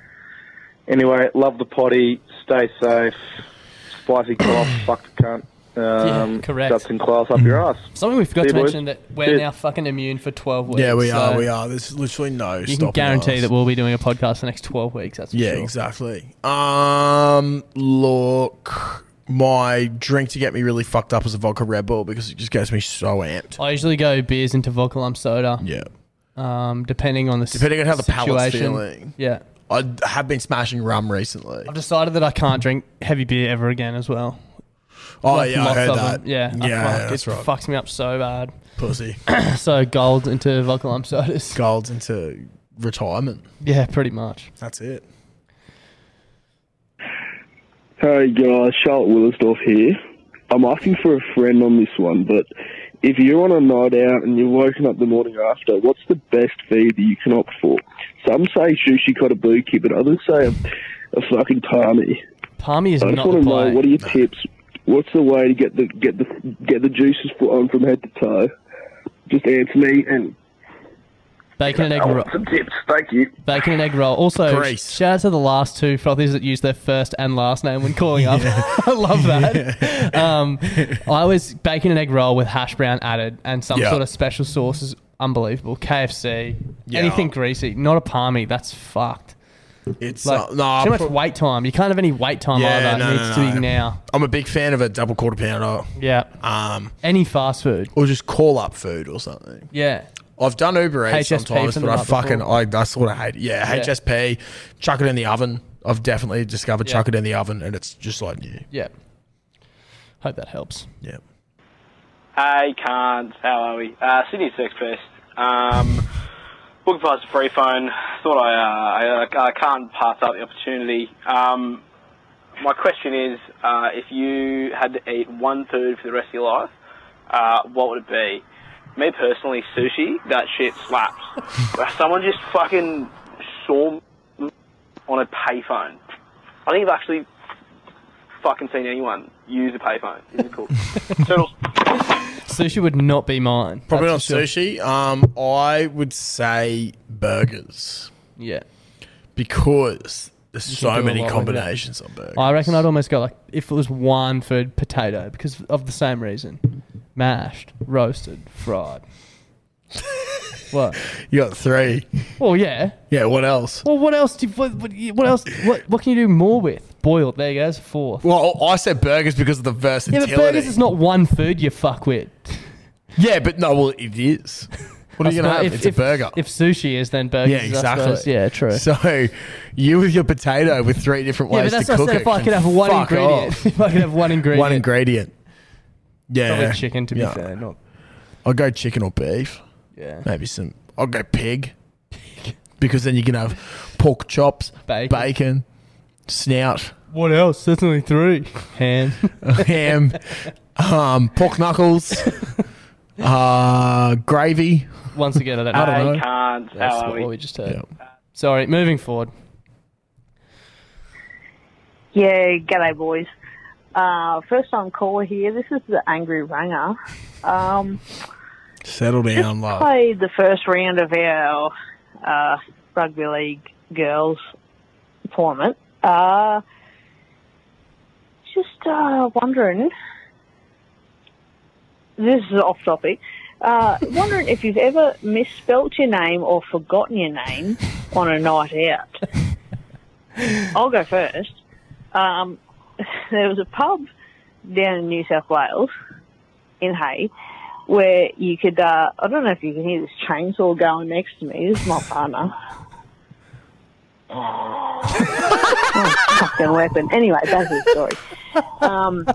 Speaker 11: Anyway, love the potty. Stay safe. Spicy cough. fuck the cunt. Um,
Speaker 1: Yeah, correct.
Speaker 11: Guts and class up your ass.
Speaker 1: Something we forgot
Speaker 11: See
Speaker 1: to
Speaker 11: you, boys.
Speaker 1: mention that we're
Speaker 11: Cheers.
Speaker 1: now fucking immune for twelve weeks.
Speaker 2: yeah, we
Speaker 1: so
Speaker 2: are. We are. There's literally no.
Speaker 1: You can
Speaker 2: stopping
Speaker 1: guarantee
Speaker 2: us.
Speaker 1: that we'll be doing a podcast the next twelve weeks. That's for
Speaker 2: Yeah,
Speaker 1: sure.
Speaker 2: exactly. Um, look, my drink to get me really fucked up is a vodka Red Bull because it just gets me so amped.
Speaker 1: I usually go beers into vodka lime soda.
Speaker 2: Yeah.
Speaker 1: Um, depending on the s-
Speaker 2: Depending on how the palate's
Speaker 1: situation.
Speaker 2: feeling.
Speaker 1: Yeah.
Speaker 2: I have been smashing rum recently.
Speaker 1: I've decided that I can't drink heavy beer ever again as well.
Speaker 2: Oh, yeah, I
Speaker 1: lots
Speaker 2: heard
Speaker 1: of
Speaker 2: that.
Speaker 1: them. Yeah, I
Speaker 2: Yeah,
Speaker 1: fuck,
Speaker 2: that's
Speaker 1: it
Speaker 2: right.
Speaker 1: fucks me up so bad.
Speaker 2: Pussy.
Speaker 1: so gold into vodka lime sodas.
Speaker 2: Gold's into retirement.
Speaker 1: Yeah, pretty much.
Speaker 2: That's it.
Speaker 15: Hey guys, Charlotte Willisdorf here. I'm asking for a friend on this one, but if you're on a night out and you're woken up the morning after, what's the best food that you can opt for? Some say sushi kotabuki, but others say a, a fucking palmy.
Speaker 1: Palmy is
Speaker 15: I
Speaker 1: not
Speaker 15: just
Speaker 1: the
Speaker 15: want to
Speaker 1: play.
Speaker 15: know what are your tips? What's the way to get the get the get the juices flowing from head to toe? Just answer me and
Speaker 1: Bacon and egg
Speaker 15: I
Speaker 1: roll.
Speaker 15: want some tips. Thank you.
Speaker 1: Bacon and egg roll. Also,
Speaker 15: Grease.
Speaker 1: shout out to the last two frothies that use their first and last name when calling up. I love that. Um, I was bacon and egg roll with hash brown added and some
Speaker 2: Yeah.
Speaker 1: sort of special sauce is unbelievable. KFC,
Speaker 2: Yeah.
Speaker 1: anything greasy, not a palmy. That's fucked.
Speaker 2: It's
Speaker 1: like,
Speaker 2: uh, nah,
Speaker 1: too much
Speaker 2: pro-
Speaker 1: wait time. You can't have any wait time either. it needs to be now.
Speaker 2: I'm a big fan of a double quarter pounder.
Speaker 1: Yeah.
Speaker 2: Um,
Speaker 1: Any fast food.
Speaker 2: Or just call up food or something.
Speaker 1: Yeah.
Speaker 2: I've done Uber Eats
Speaker 1: HSP
Speaker 2: sometimes,
Speaker 1: from the
Speaker 2: but I
Speaker 1: night
Speaker 2: fucking
Speaker 1: before.
Speaker 2: I, I sort of hate it. Yeah,
Speaker 1: Yeah.
Speaker 2: HSP, chuck it in the oven. I've definitely discovered
Speaker 1: Yeah.
Speaker 2: chuck it in the oven, and it's just like new.
Speaker 1: Yeah. Hope that helps.
Speaker 2: Yeah.
Speaker 11: Hey, cons, how are we? Uh, Sydney Sex Fest. Um, booked past a free phone. Thought I, uh, I, I can't pass up the opportunity. Um, my question is, uh, if you had to eat one food for the rest of your life, uh, what would it be? Me personally, sushi. That shit slaps. Someone just fucking saw me on a payphone. I think I've actually fucking seen anyone use a payphone. Isn't it cool? Turtles.
Speaker 1: Sushi would not be mine.
Speaker 2: Probably
Speaker 1: That's
Speaker 2: not
Speaker 1: for sure.
Speaker 2: sushi. Um, I would say burgers.
Speaker 1: Yeah.
Speaker 2: Because there's
Speaker 1: You can
Speaker 2: so
Speaker 1: do a
Speaker 2: many
Speaker 1: lot with it.
Speaker 2: combinations on burgers.
Speaker 1: I reckon I'd almost go like if it was one food, potato, because of the same reason: mashed, roasted, fried. what?
Speaker 2: You got three.
Speaker 1: Well, yeah.
Speaker 2: Yeah. What else?
Speaker 1: Well, what else? Do you, what, what, what else? What, what can you do more with? Boiled. There you go. That's four.
Speaker 2: Well, I said burgers because of the
Speaker 1: Yeah,
Speaker 2: versatility.
Speaker 1: but burgers is not one food. You fuck with.
Speaker 2: Yeah, but no, well, it is. What are
Speaker 1: That's not-
Speaker 2: you going to have?
Speaker 1: if-
Speaker 2: it's a
Speaker 1: if-
Speaker 2: burger.
Speaker 1: If sushi is, then burgers.
Speaker 2: yeah,
Speaker 1: is, I
Speaker 2: exactly.
Speaker 1: suppose. Yeah, true.
Speaker 2: So you with your potato with three different
Speaker 1: yeah,
Speaker 2: ways
Speaker 1: but that's
Speaker 2: to
Speaker 1: what I said.
Speaker 2: cook it.
Speaker 1: If I could have
Speaker 2: can
Speaker 1: one
Speaker 2: fuck
Speaker 1: ingredient,
Speaker 2: off.
Speaker 1: if I could have one ingredient,
Speaker 2: One ingredient. Yeah.
Speaker 1: Probably chicken, to be
Speaker 2: Yeah.
Speaker 1: fair, not-
Speaker 2: I'll go chicken or beef.
Speaker 1: Yeah.
Speaker 2: Maybe some. I'll go pig. because then you can have pork chops, bacon, snout,
Speaker 1: What else? That's only three. Ham.
Speaker 2: ham, um, pork knuckles, uh, gravy.
Speaker 1: Once again, I don't know.
Speaker 2: I don't know.
Speaker 11: can't.
Speaker 1: That's
Speaker 11: how are
Speaker 1: what
Speaker 11: we?
Speaker 1: we just heard. Sorry, moving forward.
Speaker 16: Yeah, g'day boys. Uh, first time caller here. This is the Angry Ranger. Um,
Speaker 2: Settle down, love.
Speaker 16: played the first round of our uh, rugby league girls tournament. Uh, just uh, wondering. This is off topic. Uh, wondering if you've ever misspelt your name or forgotten your name on a night out. I'll go first. Um, there was a pub down in New South Wales, in Hay, where you could, uh, I don't know if you can hear this chainsaw going next to me. This is my partner. oh, fucking weapon. Anyway, that's his story. Um,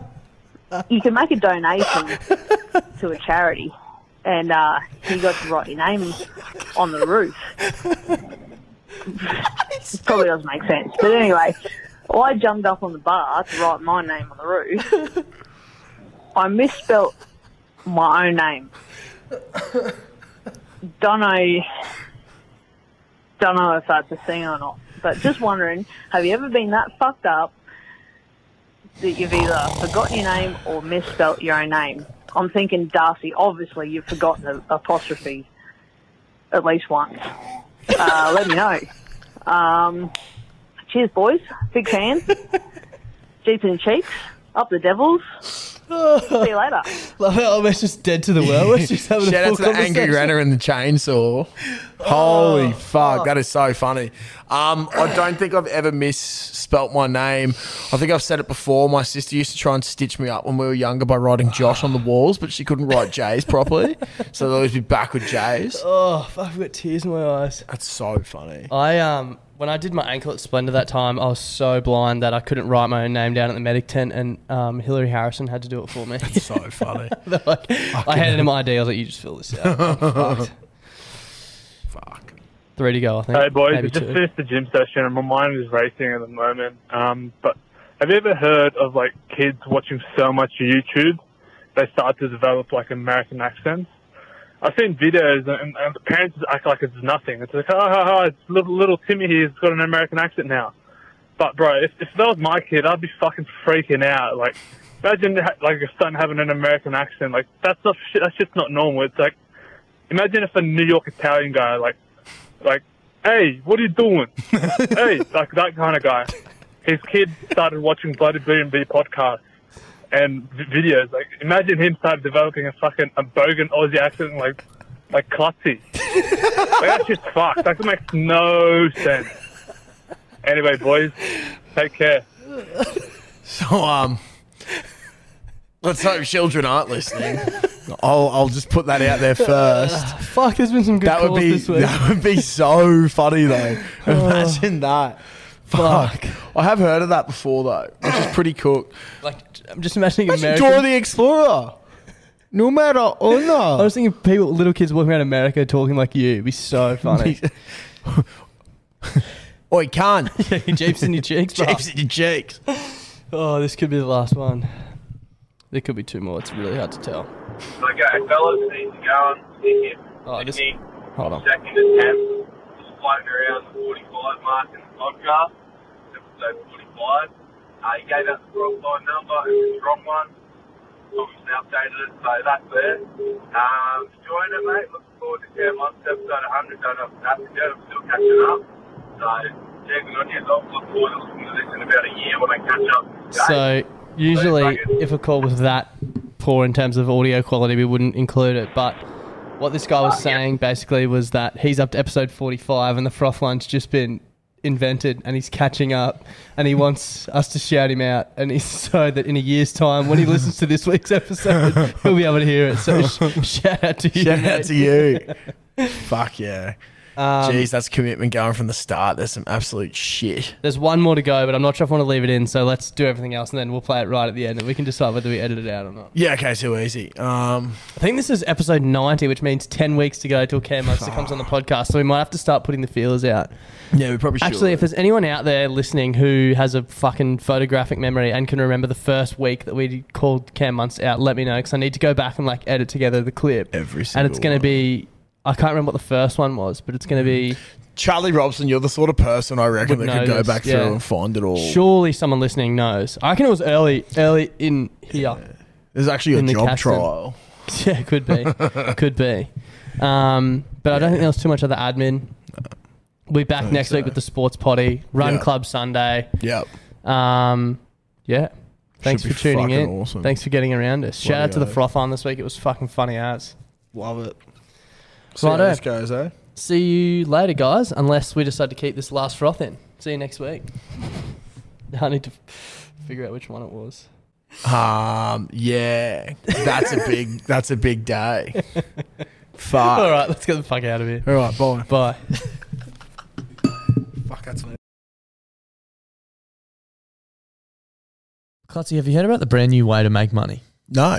Speaker 16: you can make a donation to a charity, and uh, you got to write your name on the roof. Probably doesn't make sense, but anyway, I jumped up on the bar to write my name on the roof. I misspelt my own name. Don't know, don't know if that's a thing or not. But just wondering, have you ever been that fucked up that you've either forgotten your name or misspelt your own name? I'm thinking Darcy. Obviously, you've forgotten the apostrophe at least once. Uh, let me know. Um, cheers, boys. Big fan. Deep in the cheeks. Up the devils. See you later.
Speaker 1: Love how we're just dead to the world. We're just having
Speaker 2: Shout
Speaker 1: a full
Speaker 2: out to the angry
Speaker 1: conversation.
Speaker 2: runner and the chainsaw. Holy fuck, that is so funny. Um, I don't think I've ever misspelt my name. I think I've said it before. My sister used to try and stitch me up when we were younger by writing Josh on the walls, but she couldn't write J's properly, so there would be backward J's.
Speaker 1: Oh, fuck, I've got tears in my eyes.
Speaker 2: That's so funny.
Speaker 1: I um when I did my ankle at Splendor that time, I was so blind that I couldn't write my own name down at the medic tent, and um, Hillary Harrison had to do it for me. That's
Speaker 2: so funny.
Speaker 1: I handed him my ID. I was like, "You just fill this out." I'm fucked. Three to go, I think.
Speaker 17: Hey boys,
Speaker 1: Maybe
Speaker 17: I just
Speaker 1: two.
Speaker 17: finished the gym session and my mind is racing at the moment. Um, but have you ever heard of like kids watching so much YouTube, they start to develop like American accents? I've seen videos and, and the parents just act like it's nothing. It's like, ha ha ha, it's little, little Timmy here's got an American accent now. But bro, if, if that was my kid, I'd be fucking freaking out. Like, imagine ha- like your son having an American accent. Like, that's not shit. That's just not normal. It's like, imagine if a New York Italian guy like like, hey, what are you doing? hey, like that kind of guy. His kid started watching Bloody B and B podcasts and v- videos. Like, imagine him start developing a fucking a bogan Aussie accent, like, like klutzy. like, that shit's fucked. That makes no sense. Anyway, boys, take care.
Speaker 2: So um, let's hope children aren't listening.
Speaker 4: I'll, I'll just put that out there first.
Speaker 1: Fuck, there's been some good
Speaker 4: that would
Speaker 1: calls
Speaker 4: be
Speaker 1: this Oh. week.
Speaker 4: that would be so funny though. Imagine that. Fuck. I have heard of that before though, which is pretty cool.
Speaker 1: Like, I'm just imagining
Speaker 4: Imagine
Speaker 1: American-
Speaker 4: Dora the Explorer. No matter uno.
Speaker 1: I was thinking people, little kids walking around America talking like you. It'd be so funny.
Speaker 4: Oi, can't.
Speaker 1: Japes in your cheeks, bro.
Speaker 4: Japes in your cheeks.
Speaker 1: Oh, this could be the last one. There could be two more. It's really hard to tell.
Speaker 11: Okay, fellas, these are going. They're here.
Speaker 1: Oh, this, hold on.
Speaker 11: Second attempt, just floating around the 45 mark in the podcast, episode 45. Uh, you gave out the wrong line number, it's the wrong one. Obviously updated it, so that's there. Um, enjoying it, mate. Looking forward to 10 months, episode 100. Don't know if that's good. I'm still catching up. So, checking on you. I'll look forward to listening to this in about a year when I catch up.
Speaker 1: So usually, if a call was that poor in terms of audio quality, we wouldn't include it. But what this guy was saying basically was that he's up to episode 45, and the froth line's just been invented, and he's catching up, and he wants us to shout him out, and he's so that in a year's time, when he listens to this week's episode, he'll be able to hear it. So sh- shout out to you.
Speaker 4: Shout out
Speaker 1: mate.
Speaker 4: to you. Fuck yeah.
Speaker 1: Um,
Speaker 4: Jeez, that's commitment going from the start. There's some absolute shit.
Speaker 1: There's one more to go, but I'm not sure if I want to leave it in. So let's do everything else, and then we'll play it right at the end, and we can decide whether we edit it out or not.
Speaker 4: Yeah, okay, too easy. Um,
Speaker 1: I think this is episode 90, which means 10 weeks to go till Cam Munster comes on the podcast. So we might have to start putting the feelers out.
Speaker 4: Yeah, we probably should.
Speaker 1: Actually, if there's anyone out there listening who has a fucking photographic memory and can remember the first week that we called Cam Munster out, let me know because I need to go back and like edit together the clip.
Speaker 4: Every
Speaker 1: And it's
Speaker 4: single
Speaker 1: going to be, I can't remember what the first one was, but it's going to be.
Speaker 4: Charlie Robson, you're the sort of person I reckon
Speaker 1: Would
Speaker 4: that could
Speaker 1: know
Speaker 4: go
Speaker 1: this,
Speaker 4: back through
Speaker 1: yeah.
Speaker 4: and find it all.
Speaker 1: Surely someone listening knows. I reckon it was early, early in here.
Speaker 4: There's actually a
Speaker 1: In the
Speaker 4: job
Speaker 1: Caston.
Speaker 4: trial.
Speaker 1: Yeah, could be, could be. Um, but I don't think there was too much other admin. We'll be back
Speaker 4: think
Speaker 1: next week
Speaker 4: so.
Speaker 1: with the sports potty run
Speaker 4: Yeah.
Speaker 1: club Sunday.
Speaker 4: Yep.
Speaker 1: Um, yeah. Thanks
Speaker 4: Should
Speaker 1: for
Speaker 4: be
Speaker 1: tuning
Speaker 4: fucking
Speaker 1: in.
Speaker 4: awesome.
Speaker 1: Thanks for getting around us. Shout out
Speaker 4: Bloody
Speaker 1: to the
Speaker 4: oath.
Speaker 1: froth on this week. It was fucking funny as.
Speaker 4: Love it. See how
Speaker 1: Righto.
Speaker 4: this goes, eh?
Speaker 1: See you later, guys. Unless we decide to keep this last froth in. See you next week. I need to f- figure out which one it was.
Speaker 4: Um, yeah, that's a big that's a big day. Fuck.
Speaker 1: All right, let's get the fuck out of here.
Speaker 4: All right, bye.
Speaker 1: Bye.
Speaker 4: Fuck, that's
Speaker 18: Clutzy, have you heard about the brand new way to make money?
Speaker 2: No.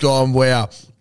Speaker 2: gone, wow.